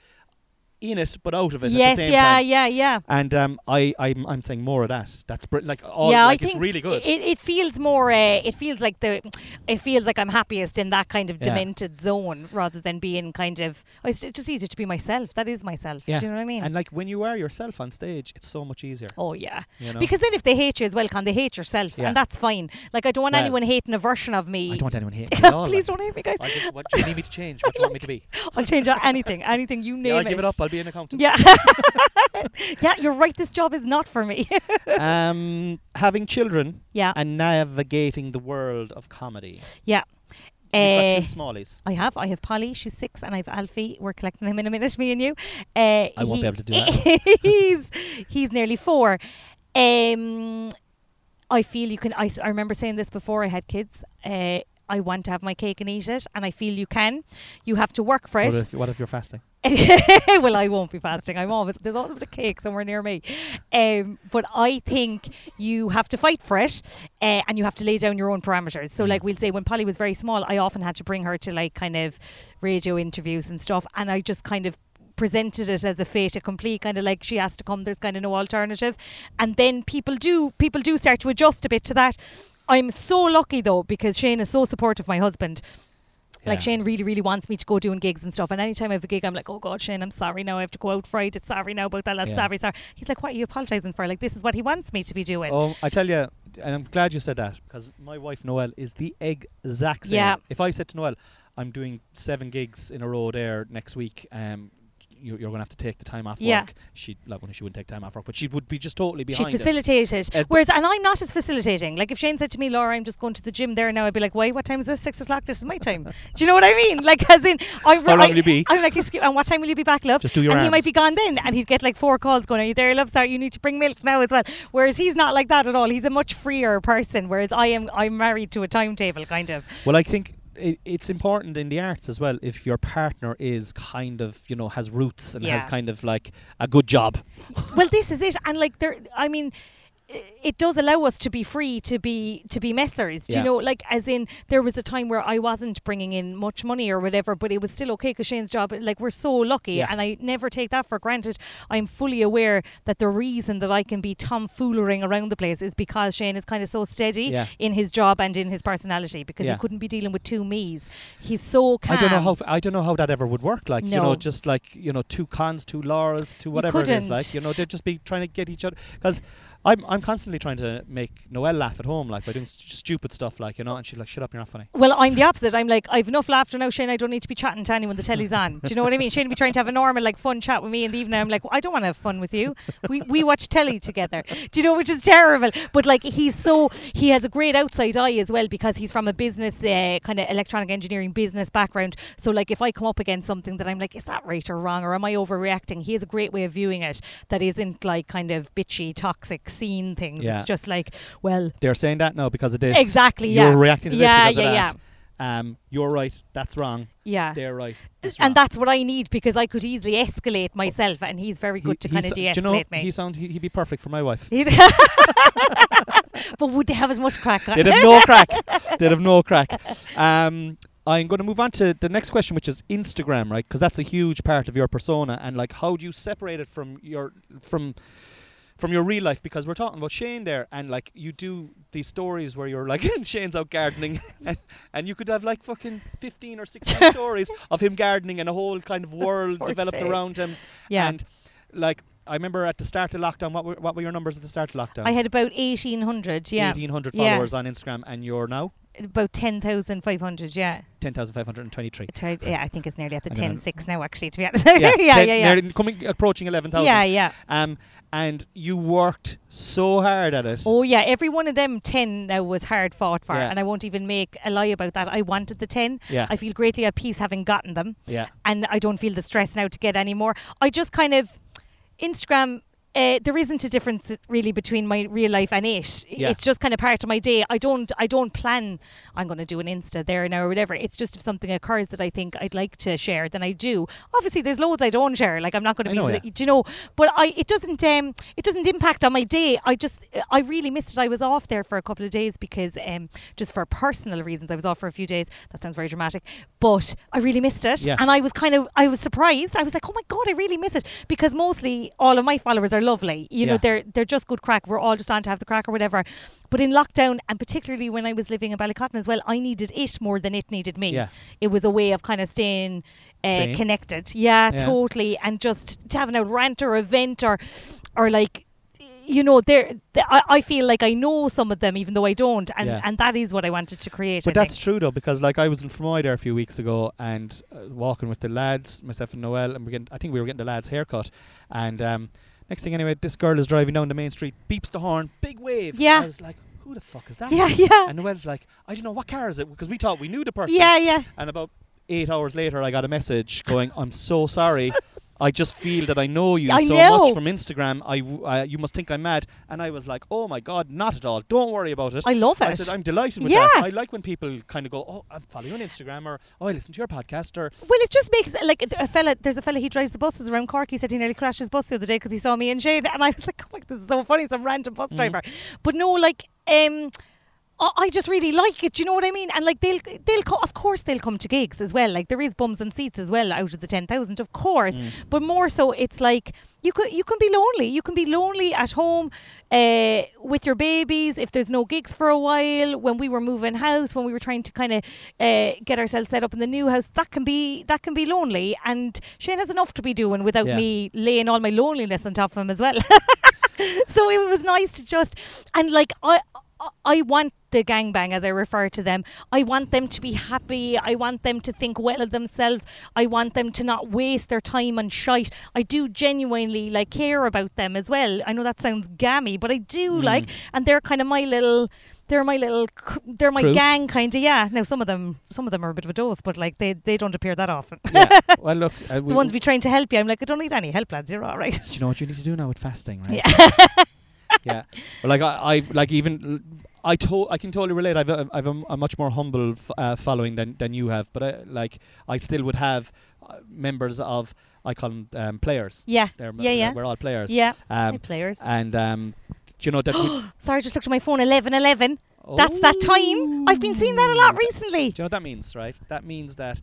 A: in it, but out of it at
B: yes,
A: the same
B: yeah,
A: time.
B: yeah, yeah.
A: And um, I, I'm, I'm saying more of that. That's br- like all.
B: yeah,
A: like,
B: I think
A: it's really good.
B: It, it feels more. Uh, it feels like the. It feels like I'm happiest in that kind of
A: Yeah.
B: demented zone rather than being kind of. oh, It's just easier to be myself. That is myself.
A: Yeah.
B: Do you know what I mean?
A: and like when you are yourself on stage, it's so much easier.
B: oh yeah.
A: You know?
B: Because then, if they hate you as well, can they hate yourself?
A: Yeah.
B: And that's fine. Like I don't want
A: Well,
B: anyone hating a version of me.
A: I don't want anyone hating me at all.
B: Please
A: like.
B: don't hate me, guys.
A: I just, what do you need me to change? What do you want me to be?
B: I'll change out anything. Anything you name
A: Yeah, I'll give it up. I'll be an accountant.
B: Yeah. yeah, you're right. This job is not for me.
A: Um, having children
B: yeah.
A: and navigating the world of comedy.
B: Yeah.
A: You've
B: Uh,
A: got two smallies.
B: I have. I have Polly. She's six, and I have Alfie. We're collecting him in a minute, me and you. Uh,
A: I won't be
B: he-
A: able to do that.
B: he's he's nearly four. Um, I feel you can. I, s- I remember saying this before I had kids. Uh, I want to have my cake and eat it, and I feel you can. You have to work for it.
A: What if, what if you're fasting?
B: well, I won't be fasting. I'm always there's always a bit of cake somewhere near me. Um, but I think you have to fight for it, uh, and you have to lay down your own parameters. So, like we'll say, when Polly was very small, I often had to bring her to like kind of radio interviews and stuff, and I just kind of presented it as a fait accompli kind of like she has to come there's kind of no alternative and then people do people do start to adjust a bit to that i'm so lucky though because shane is so supportive my husband like Shane really, really wants me to go doing gigs and stuff. And anytime I have a gig, I'm like, oh God, Shane, I'm sorry now. I have to go out Friday. Sorry now about that. Last.
A: Yeah.
B: Sorry, sorry. He's like, what are you apologising for? Like, this is what he wants me to be doing.
A: Oh, I tell you, and I'm glad you said that because my wife Noelle is the exact same.
B: Yeah.
A: If I said to Noelle, I'm doing seven gigs in a row there next week, um, you, you're going to have to take the time off
B: Yeah.
A: work. She like well, she wouldn't take time off work, but she would be just totally behind
B: She'd
A: it.
B: facilitate it.
A: Uh, but-
B: Whereas, and I'm not as facilitating. Like, if Shane said to me, Laura, I'm just going to the gym there now, I'd be like, why? What time is this? Six o'clock? This is my time. Do you know what I mean? Like, as in, I'm,
A: How long
B: I,
A: will you be?
B: I'm like, excuse and what time will you be back, love?
A: Just do your
B: and he
A: arms.
B: might be gone then, and he'd get like four calls going, Are you there, love? Sorry, you need to bring milk now as well. Whereas he's not like that at all. He's a much freer person, whereas I am I'm married to a timetable kind of.
A: Well, I think i it's important in the arts as well if your partner is kind of, you know, has roots and has
B: Yeah.
A: kind of like a good job.
B: well, this is it, and like there, I mean, it does allow us to be free to be to be messers do
A: Yeah.
B: you know like as in there was a time where i wasn't bringing in much money or whatever but it was still okay because shane's job like we're so lucky
A: Yeah.
B: and i never take that for granted i'm fully aware that the reason that i can be tomfoolering around the place is because shane is kind of so steady
A: Yeah.
B: in his job and in his personality because
A: Yeah.
B: you couldn't be dealing with two me's he's so
A: I
B: calm
A: don't know how I don't know how that ever would work. Like you know,
B: No.
A: just like you know, two cons, two laws, two whatever it is.
B: couldn't.
A: Like you know, they'd just be trying to get each other. Because I'm I'm constantly trying to make Noelle laugh at home, like by doing st- stupid stuff, like you know, and she's like, "Shut up, you're not funny."
B: Well, I'm the opposite. I'm like, I've enough laughter now, Shane. I don't need to be chatting to anyone. The telly's on. Do you know what I mean? Shane would be trying to have a normal, like, fun chat with me in the evening. I'm like, I don't want to have fun with you. We, we watch telly together. Do you know, which is terrible. But, like, he's so, he has a great outside eye as well because he's from a business, uh, kind of electronic engineering business background. So, like, if I come up against something that I'm like, is that right or wrong or am I overreacting? He has a great way of viewing it that isn't, like, kind of bitchy, toxic scene things.
A: Yeah.
B: It's just like, well,
A: They're saying that now because of this.
B: Exactly,
A: You're
B: yeah.
A: reacting to
B: Yeah,
A: this because
B: yeah,
A: of that. Yeah. Um, you're right. That's wrong.
B: yeah.
A: They're right. That's wrong.
B: and that's what I need because I could easily escalate myself, and he's very good to
A: He-
B: kind of
A: he's-
B: de-escalate
A: do you know, He
B: me.
A: sound he, he'd be perfect for my wife.
B: but would they have as much crack?
A: They'd have no crack. They'd have no crack. Um, I'm going to move on to the next question, which is Instagram, right? Because that's a huge part of your persona, and like, how do you separate it from your from from your real life? Because we're talking about Shane there, and like, you do these stories where you're like, Shane's out gardening, and, and you could have like fucking fifteen or sixteen stories of him gardening and a whole kind of world
B: Poor
A: developed
B: Shane.
A: around him.
B: Yeah.
A: And like, I remember at the start of lockdown, what were, what were your numbers at the start of lockdown?
B: I had about eighteen hundred, yeah,
A: eighteen hundred
B: Yeah.
A: followers on Instagram, and you're now
B: about ten thousand five hundred, yeah.
A: ten thousand five hundred and twenty-three.
B: It's right- Yeah, I think it's nearly at the
A: I'm gonna-
B: ten six now, actually. To be honest, yeah, yeah,
A: ten-
B: yeah, yeah,
A: nearly coming approaching eleven thousand.
B: yeah, yeah.
A: Um, and you worked so hard at it.
B: Oh yeah, every one of them ten now was hard fought for,
A: Yeah.
B: and I won't even make a lie about that. I wanted the ten.
A: Yeah.
B: I feel greatly at peace having gotten them.
A: yeah.
B: and I don't feel the stress now to get any more. I just kind of Instagram. Uh, there isn't a difference really between my real life and it.
A: Yeah.
B: It's just kind of part of my day. I don't. I don't plan. I'm going to do an Insta there now or whatever. It's just if something occurs that I think I'd like to share, then I do. Obviously, there's loads I don't share. Like I'm not going
A: I
B: to be.
A: know, yeah.
B: Do you know? But I. It doesn't. Um. It doesn't impact on my day. I just. I really missed it. I was off there for a couple of days because um. Just for personal reasons, I was off for a few days. That sounds very dramatic, but I really missed it.
A: Yeah.
B: And I was kind of I was surprised. I was like, oh my god, I really miss it because mostly all of my followers are lovely.
A: Yeah.
B: You know, they're they're just good crack. We're all just on to have the crack or whatever. But in lockdown, and particularly when I was living in Ballycotton as well, I needed it more than it needed me.
A: Yeah.
B: It was a way of kind of staying. Uh,
A: Sane.
B: connected, yeah,
A: Yeah.
B: totally, and just to have an out rant or event or, or like, you know, there. I, I feel like I know some of them, even though I don't, and
A: Yeah.
B: and that is what I wanted to create.
A: But
B: I
A: that's true though, because like I was in Fermoy there a few weeks ago, and uh, walking with the lads, myself and Noel, and we getting, I think we were getting the lads' haircut, and um, next thing anyway, this girl is driving down the main street, beeps the horn, big wave.
B: Yeah.
A: I was like, who the fuck is that?
B: think. yeah, yeah,
A: And Noel's like, I don't know what car is it, because we thought we knew the person.
B: yeah, yeah.
A: And about eight hours later, I got a message going, "I'm so sorry. I just feel that I know you
B: I
A: so much
B: know.
A: from Instagram. I, w- I- you must think I'm mad." And I was like, "Oh my god, not at all. Don't worry about it."
B: I love it.
A: I said, "I'm delighted with
B: Yeah.
A: that. I like when people kind of go, "Oh, I'm following you on Instagram," or "Oh, I listen to your podcast," or
B: Well, it just makes like a fella. There's a fella he drives the buses around Cork. He said he nearly crashed his bus the other day because he saw me in shade, and I was like, "Oh my, this is so funny, some random bus driver." But no, like, um, I, I just really like it. Do you know what I mean? And like, they'll they'll co- of course they'll come to gigs as well. Like there is bums and seats as well out of the ten thousand, of course. But more so, it's like you could you can be lonely. You can be lonely at home uh, with your babies if there's no gigs for a while. When we were moving house, when we were trying to kind of uh, get ourselves set up in the new house, that can be that can be lonely. And Shane has enough to be doing without
A: Yeah.
B: me laying all my loneliness on top of him as well. so it was nice to just and like I. I- I want the gangbang, as I refer to them. I want them to be happy. I want them to think well of themselves. I want them to not waste their time on shite. I do genuinely like care about them as well. I know that sounds gammy, but I
A: Mm.
B: do like, and they're kind of my little, they're my little, c- they're my
A: Crew.
B: gang kind of. Yeah. Now some of them, some of them are a bit of a dose, but like they, they don't appear that often.
A: yeah. Well, look, uh,
B: the ones we trying to help you, I'm like, I don't need any help, lads. You're all right.
A: Do you know what you need to do now with fasting, right? yeah. Well, like I, I like even l- I to, I can totally relate. I've a, I've a, m- a much more humble f- uh, following than than you have, but I, like I still would have uh, members of I call them um, players.
B: Yeah.
A: They're m-
B: Yeah, yeah.
A: We're all players.
B: Yeah. Hi,
A: Um,
B: players.
A: and um, you know that we-
B: Sorry, I just looked at my phone. Eleven, eleven. That's that time. I've been seeing that a lot
A: Ooh.
B: recently.
A: Do you know what that means, right? That means that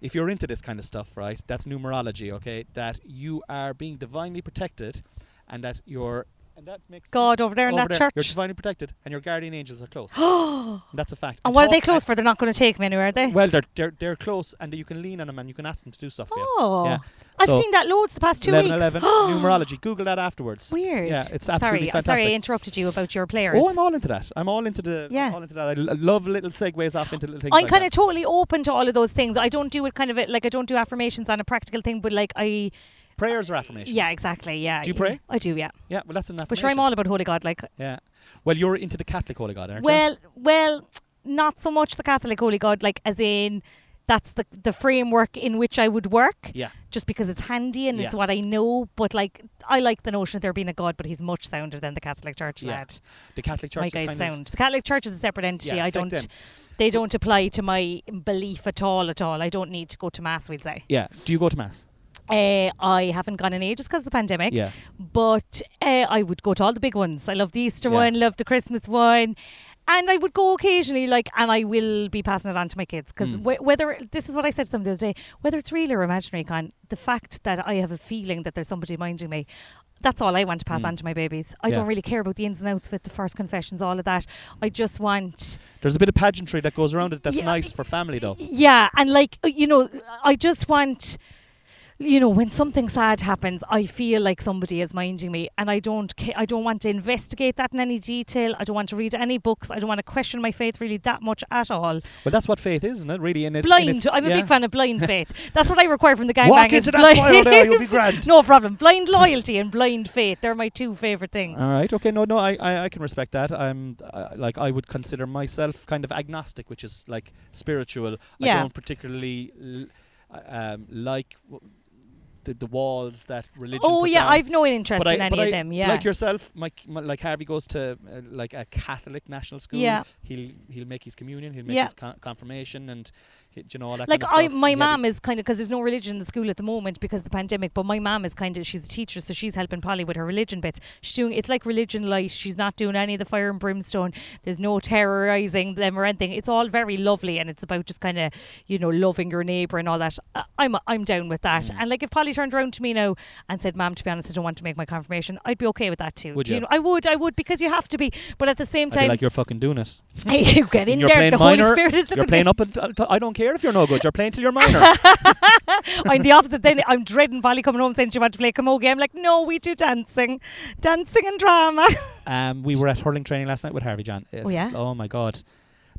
A: if you're into this kind of stuff, right, that's numerology, okay? That you are being divinely protected and that you're and that makes
B: God over there in
A: over
B: that
A: there, You're
B: church.
A: divinely protected and your guardian angels are close.
B: and
A: that's a fact.
B: what are they
A: talk-
B: close for? They're not going to take me anywhere, are they?
A: Well, they're, they're they're close, and you can lean on them, and you can ask them to do stuff. for you.
B: Oh,
A: yeah.
B: I've
A: So,
B: seen that loads the past two
A: 11,
B: weeks.
A: 11, numerology. Google that afterwards.
B: Weird.
A: Yeah, it's absolutely
B: sorry, I'm sorry, I
A: fantastic.
B: interrupted you about your players.
A: Oh, I'm all into that. I'm all into the.
B: Yeah.
A: I'm all into that. I l- I love little segues off into little things.
B: I'm
A: like
B: kind
A: that.
B: of totally open to all of those things. I don't do it kind of it, like I don't do affirmations on a practical thing, but like I,
A: prayers or affirmations.
B: yeah, exactly, yeah.
A: Do you
B: yeah.
A: pray?
B: I do, yeah.
A: Yeah, well, that's an affirmation.
B: But sure, I'm all about holy God. Like,
A: Yeah. Well, you're into the Catholic Holy God, aren't you?
B: well, well, not so much the Catholic holy God, like as in that's the the framework in which I would work.
A: Yeah.
B: Just because it's handy and it's
A: Yeah.
B: what I know, but like I like the notion of there being a God, but he's much sounder than the Catholic Church,
A: Yeah.
B: lad.
A: The Catholic Church
B: my
A: is kind
B: guys
A: of-
B: sound. The Catholic Church is a separate entity.
A: Yeah,
B: I
A: fuck
B: don't.
A: them.
B: They don't apply to my belief at all. At all. I don't need to go to mass. We'll say.
A: Yeah. Do you go to mass?
B: Uh, I haven't gone in ages because of the pandemic.
A: Yeah.
B: But uh, I would go to all the big ones. I love the Easter
A: Yeah.
B: one. Love the Christmas one. And I would go occasionally, like, and I will be passing it on to my kids because
A: Mm.
B: wh- whether this is what I said to them the other day, whether it's real or imaginary, con the fact that I have a feeling that there's somebody minding me, that's all I want to pass
A: Mm.
B: on to my babies. I
A: Yeah.
B: don't really care about the ins and outs of it, the first confessions, all of that. I just want
A: There's a bit of pageantry that goes around it. That's
B: Yeah.
A: nice for family, though.
B: yeah, and like uh, you know, I just want you know when something sad happens, I feel like somebody is minding me, and I don't ca- I don't want to investigate that in any detail. I don't want to read any books. I don't want to question my faith really that much at all.
A: Well, that's what faith is, isn't it? Really, in its in
B: Blind.
A: its-
B: I'm a
A: yeah.
B: big fan of blind faith. That's what I require from the gang
A: Walk
B: is
A: into that fire
B: blind.
A: there, you'll be grand.
B: no problem. Blind loyalty and blind faith. They're my two favorite things.
A: All right. Okay. No. No. I, I, I can respect that. I'm uh, like I would consider myself kind of agnostic, which is like spiritual. I
B: Yeah.
A: don't particularly l- uh, um, like w- the, the walls that religion.
B: oh
A: put
B: yeah,
A: down.
B: I've no interest
A: But I-
B: in any
A: but
B: of
A: I-
B: them. Yeah.
A: Like yourself, my, c- my, like Harvey goes to uh, like a Catholic national school.
B: Yeah.
A: He'll he'll make his communion. He'll make
B: Yeah.
A: his con- confirmation, and he, you know all that.
B: like
A: kind of
B: I,
A: stuff.
B: my
A: He'll be-
B: mom is kind of because there's no religion in the school at the moment because of the pandemic. But my mom is kind of she's a teacher, so she's helping Polly with her religion bits. She's doing it's like religion light. She's not doing any of the fire and brimstone. There's no terrorizing them or anything. It's all very lovely, and it's about just kind of you know loving your neighbor and all that. I- I'm I'm down with that.
A: Mm.
B: And like if Polly turned around to me now and said, "Ma'am, to be honest, I don't want to make my confirmation," I'd be okay with that too.
A: Would
B: Do
A: you?
B: know, I would, I would because you have to be. But at the same
A: I'd be
B: time,
A: like you're fucking doing it.
B: you get in
A: you're
B: there.
A: playing
B: The
A: minor.
B: Holy Spirit is looking
A: you're
B: at me.
A: playing up. And t- I don't care if you're no good. You're playing till you're minor.
B: I'm Oh, the opposite. Then I'm dreading Polly coming home saying she wanted to play camogie. I'm like, no, we do dancing, dancing and drama.
A: Um, we were at hurling training last night with Harvey John. It's-
B: yeah?
A: Oh my god!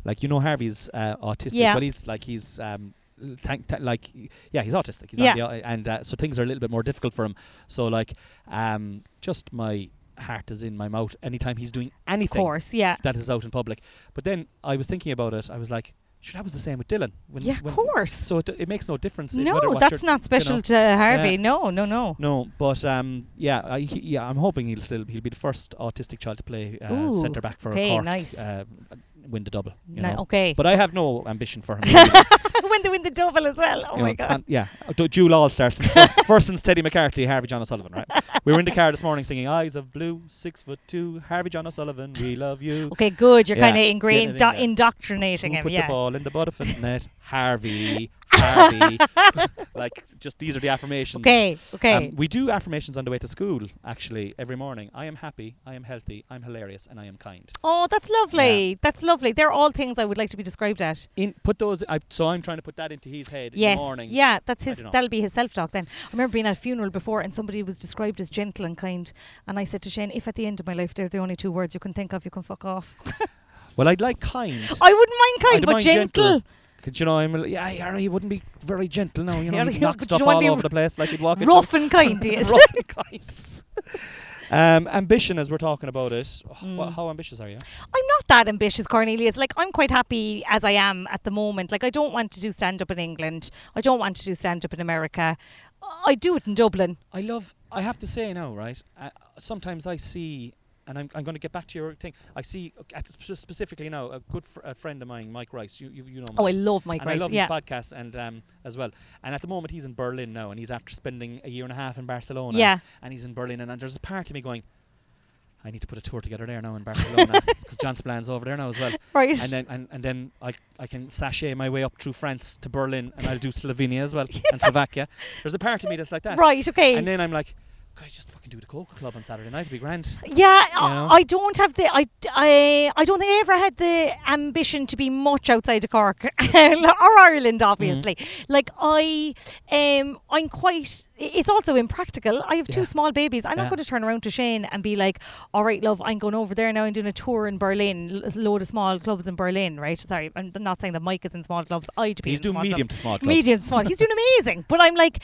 A: Like you know, Harvey's uh, autistic,
B: Yeah.
A: but he's like he's um, l- thank, th- like yeah, he's autistic. He's
B: Yeah.
A: on the, au- and uh, so things are a little bit more difficult for him. So like, um, just my heart is in my mouth anytime he's doing
B: Of
A: anything
B: course, yeah,
A: that is out in public. But then I was thinking about it. I was like, sure, that was the same with Dylan. When,
B: yeah, of
A: when-
B: course.
A: So it, it makes no difference. in whether
B: No,
A: what
B: that's
A: you're-
B: not special
A: know,
B: to Harvey. No, no, no.
A: no, but um, yeah, I, he- yeah, I'm hoping he'll still he'll be the first autistic child to play uh,
B: Ooh,
A: centre back for
B: okay,
A: Cork,
B: nice.
A: uh, win the double. You
B: No,
A: know.
B: okay.
A: But I have no ambition for him. really,
B: when they win the double as well. Oh
A: you
B: my
A: know,
B: god.
A: and yeah, uh, du- dual all stars first, first since Teddy McCarthy, Harvey John O'Sullivan. Right, we were in the car this morning singing "Eyes of Blue," six foot two, Harvey John O'Sullivan, we love you.
B: Okay, good. You're
A: Yeah,
B: kind of
A: get
B: ingrained,
A: it in
B: do-
A: there.
B: indoctrinating
A: Who
B: him.
A: put the
B: Yeah.
A: ball in the butterfly net? Harvey, Harvey. like, just these are the affirmations.
B: Okay, okay.
A: Um, we do affirmations on the way to school, actually, every morning. I am happy, I am healthy, I'm hilarious, and I am kind.
B: oh, that's lovely. That's lovely. They're all things I would like to be described at.
A: In put those. I, so I'm trying to put that into his head in
B: Yes.
A: the morning.
B: Yeah, that's his.
A: dunno.
B: That'll be his self-talk then. I remember being at a funeral before, and somebody was described as gentle and kind, and I said to Shane, "If at the end of my life they're the only two words you can think of, you can fuck off."
A: Well, I'd like kind.
B: I wouldn't mind kind,
A: I'd
B: but
A: mind
B: gentle.
A: gentle. 'Cause, you know, I'm. a li- Yeah, Harry wouldn't be very gentle now. You know,
B: Yeah,
A: he'd knock
B: but you
A: stuff
B: don't wanna
A: all
B: be
A: over the place. Like he'd walk into
B: rough and kind. Yes.
A: rough and kind. Um, ambition, as we're talking about it. Oh, wha-
B: Mm.
A: how ambitious are you?
B: I'm not that ambitious, Cornelius. Like I'm quite happy as I am at the moment. Like I don't want to do stand up in England. I don't want to do stand up in America. I do it in Dublin.
A: I love. I have to say now, right? Uh, sometimes I see, and I'm, I'm going to get back to your thing. I see uh, at sp- specifically now a good fr- a friend of mine, Mike Rice. You you, you know. Mike.
B: Oh, I love my
A: Mm. and
B: Grace.
A: I love
B: yeah.
A: his podcast and um, as well. And at the moment, he's in Berlin now, and he's after spending a year and a half in Barcelona.
B: Yeah.
A: And he's in Berlin, and, and there's a part of me going, I need to put a tour together there now in Barcelona because John Splan's over there now as well.
B: Right.
A: And then and, and then I, I can sashay my way up through France to Berlin and I'll do Slovenia as well and Slovakia. There's a part of me that's like that.
B: right. Okay.
A: And then I'm like, could I just fucking do the Coke Club on Saturday night? It'd be grand.
B: yeah, I-
A: know?
B: I don't have the I, I I don't think I ever had the ambition to be much outside of Cork or
A: Mm-hmm.
B: Ireland. Obviously, like I um I'm quite. It's also impractical. I have two
A: Yeah.
B: small babies. I'm
A: Yeah.
B: not going to turn around to Shane and be like, "All right, love, I'm going over there now and doing a tour in Berlin, l- load of small clubs in Berlin." Right? Sorry, I'm not saying that Mike is in small clubs. I'd be
A: He's
B: in
A: doing
B: small
A: medium
B: clubs.
A: to small clubs.
B: medium small. He's doing amazing. But I'm like,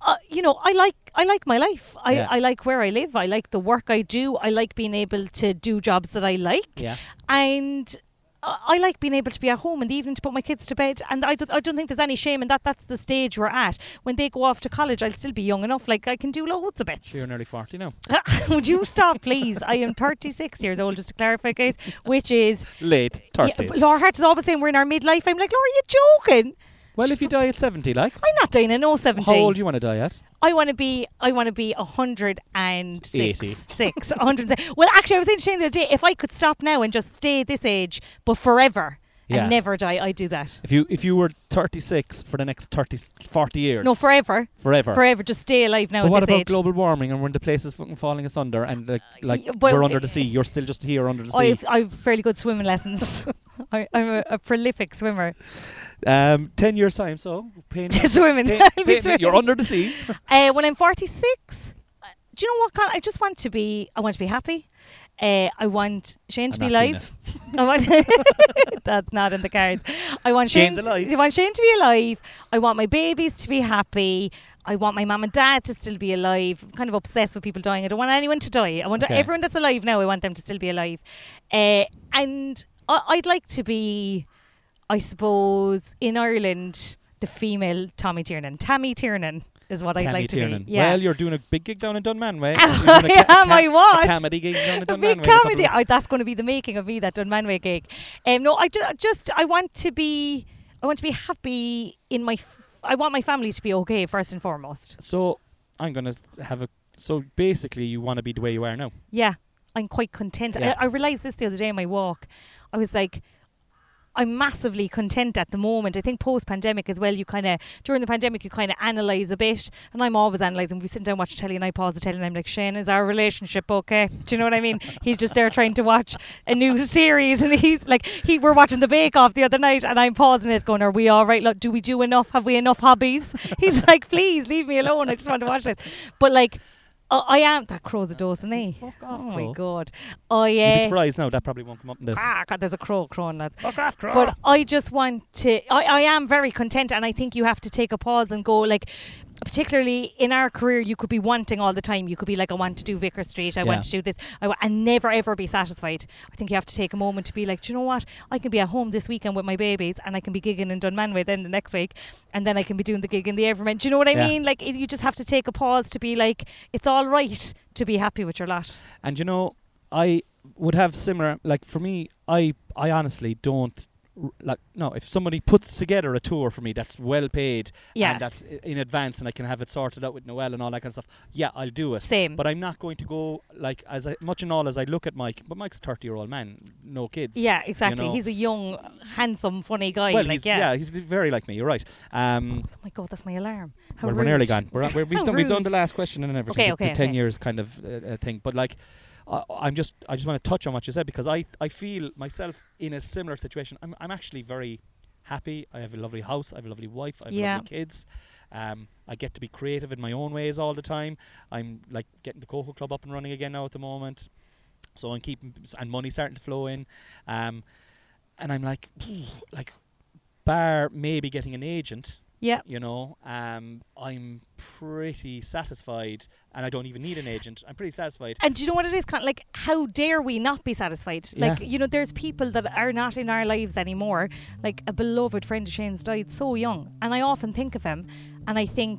B: uh, you know, I like I like my life. I,
A: Yeah.
B: I like where I live. I like the work I do. I like being able to do jobs that I like.
A: Yeah.
B: And I I like being able to be at home in the evening to put my kids to bed. And I don't, I don't think there's any shame in that. That's the stage we're at. When they go off to college, I'll still be young enough. Like I can do loads of bits.
A: Sure, you're nearly 40 now.
B: Would you stop, please? I am 36 years old, just to clarify, guys, which is.
A: Late 30s.
B: Yeah, Laura Hart is always saying we're in our midlife. I'm like, Laura, you're joking.
A: well, if you die at 70, like,
B: I'm not oh dying at no 17.
A: how old do you want to die at?
B: I want to be. I want to be a hundred and six.
A: Eighty.
B: Six. a hundred and six. Well, actually, I was saying to Shane the other day, if I could stop now and just stay this age, but forever
A: Yeah.
B: and never die, I'd do that.
A: If you if you were 36 for the next 30, 40 years.
B: No, forever,
A: forever.
B: forever. Just stay alive now.
A: But
B: at
A: what
B: this
A: about
B: age.
A: global warming and when the place is fucking falling asunder and like, like
B: y- but-
A: we're under the sea? You're still just here under the sea.
B: I've, I've fairly good swimming lessons. I, I'm a, a prolific swimmer.
A: Um, ten years time, so pain.
B: Just swimming.
A: pain-
B: I'll be
A: pain-
B: swimming.
A: you're under the sea.
B: Uh, when I'm 46, uh, do you know what? Con- I just want to be. I want to be happy. Uh, I want Shane to
A: I've
B: be
A: not seen
B: alive. I want that's not in the cards. I want
A: Shane's
B: Shane.
A: alive.
B: I want Shane to be alive. I want my babies to be happy. I want my mum and dad to still be alive. I'm kind of obsessed with people dying. I don't want anyone to die. I want
A: Okay.
B: everyone that's alive now. I want them to still be alive. Uh, and I- I'd like to be, I suppose, in Ireland, the female Tommy Tiernan. Tammy Tiernan is what I'd
A: Tammy
B: like to
A: Tiernan.
B: be. Yeah.
A: Well, you're doing a big gig down in Dunmanway.
B: Oh, I am, I was.
A: A comedy gig down in
B: A
A: Dunmanway. in
B: big
A: a couple
B: comedy.
A: of-
B: Oh, that's going to be the making of me that Dunmanway gig. Um, no, I ju- just I want to be I want to be happy in my. F- I want my family to be okay first and foremost.
A: So I'm gonna have a. So basically, you want to be the way you are now.
B: Yeah, I'm quite content.
A: Yeah.
B: I, I realized this the other day on my walk. I was like. I'm massively content at the moment. I think post pandemic as well, you kind of, during the pandemic, you kind of analyse a bit. And I'm always analysing. We sit down, watch telly, and I pause the telly, and I'm like, Shane, is our relationship okay? Do you know what I mean? he's just there trying to watch a new series. And he's like, he we're watching The Bake Off the other night, and I'm pausing it, going, Are we all right? Look, do we do enough? Have we enough hobbies? he's like, Please leave me alone. I just want to watch this. But like, I I am that crow's a dose, isn't he?
A: Fuck
B: Oh
A: off,
B: my
A: Crow.
B: god! Oh
A: You'd be
B: yeah.
A: surprised now. That probably won't come up in this.
B: Ah, God, there's a crow crowing, lads.
A: Fuck off, Crow.
B: But I just want to. I, I am very content, and I think you have to take a pause and go like. Particularly in our career, you could be wanting all the time. You could be like, I want to do Vicar Street. I
A: Yeah.
B: want to do this. I wa- and never ever be satisfied. I think you have to take a moment to be like, do you know what? I can be at home this weekend with my babies, and I can be gigging in Dunmanway then the next week, and then I can be doing the gig in the Everman. Do you know what I
A: Yeah.
B: mean? Like, it, you just have to take a pause to be like, it's all right to be happy with your lot.
A: And you know, I would have similar. Like for me, I I honestly don't r- like. No, if somebody puts together a tour for me that's well paid,
B: Yeah.
A: and that's i- in advance, and I can have it sorted out with Noel and all that kind of stuff. Yeah, I'll do it.
B: Same.
A: But I'm not going to go like as I, much and all as I look at Mike. But Mike's a thirty-year-old man, no kids.
B: Yeah,
A: you
B: exactly.
A: know.
B: He's a young, handsome, funny guy.
A: well,
B: like,
A: he's, yeah, he's very like me. You're right. Um,
B: Oh my god, that's my alarm. How
A: we're, we're nearly
B: rude.
A: gone. We're, we
B: How
A: have done, we've done
B: rude.
A: the last question and everything.
B: Okay,
A: the- the
B: okay,
A: ten
B: okay.
A: years kind of uh, uh, thing. But like, I, I'm just I just want to touch on what you said because I I feel myself in a similar situation. I'm I'm actually very happy. I have a lovely house. I have a lovely wife. I have
B: Yeah.
A: lovely kids. Um, I get to be creative in my own ways all the time. I'm like getting the Cocoa Club up and running again now at the moment. So I'm keeping and money starting to flow in. Um, and I'm like, like, bar maybe getting an agent
B: Yeah.
A: you know um, i'm pretty satisfied and i don't even need an agent i'm pretty satisfied
B: And do you know what it is? Con- Like, how dare we not be satisfied? Like,
A: Yeah.
B: you know, there's people that are not in our lives anymore. Like, a beloved friend of Shane's died so young. And I often think of him and I think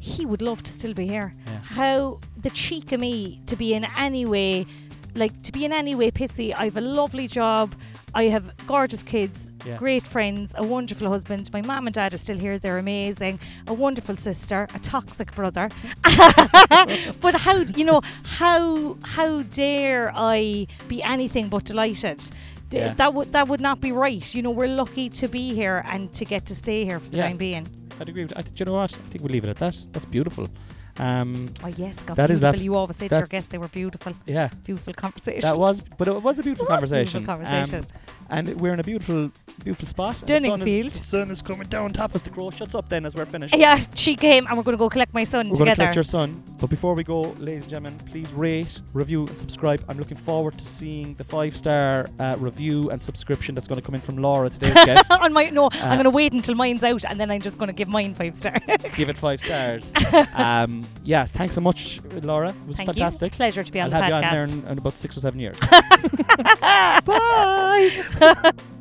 B: he would love to still be here.
A: Yeah.
B: How the cheek of me to be in any way, like, to be in any way pissy. I have a lovely job. I have gorgeous kids,
A: Yeah.
B: great friends, a wonderful husband. My mom and dad are still here. They're amazing. A wonderful sister, a toxic brother. but how d- you know how how dare I be anything but delighted? D-
A: Yeah.
B: That would that would not be right. You know, we're lucky to be here and to get to stay here for the
A: Yeah.
B: time being.
A: I'd agree with that. Do you know what? I think we'll leave it at that. That's beautiful. Um,
B: Oh yes, God,
A: That is
B: beautiful.
A: abs-
B: you always say to
A: that-
B: your guests they were beautiful,
A: yeah,
B: beautiful conversation.
A: that was, but it was a beautiful
B: It was a
A: conversation.
B: beautiful
A: Um,
B: conversation.
A: and we're in a beautiful, beautiful spot. and
B: Stunning
A: the sun
B: field.
A: Is, the sun is coming down top as the crow shuts up. Then as we're finished.
B: yeah, she came, and we're going to go collect my son
A: Um, We're going to
B: together.
A: collect your son. But before we go, ladies and gentlemen, please rate, review, and subscribe. I'm looking forward to seeing the five star uh, review and subscription that's going to come in from Laura, today's guest.
B: on my no,
A: Uh,
B: I'm going to wait until mine's out, and then I'm just going to give mine five star.
A: Give it five stars. um, yeah, thanks so much, Laura. It was
B: Thank
A: fantastic.
B: you. Pleasure to be on
A: I'll
B: the
A: have you on
B: podcast.
A: there in, in about six or seven years.
B: Bye.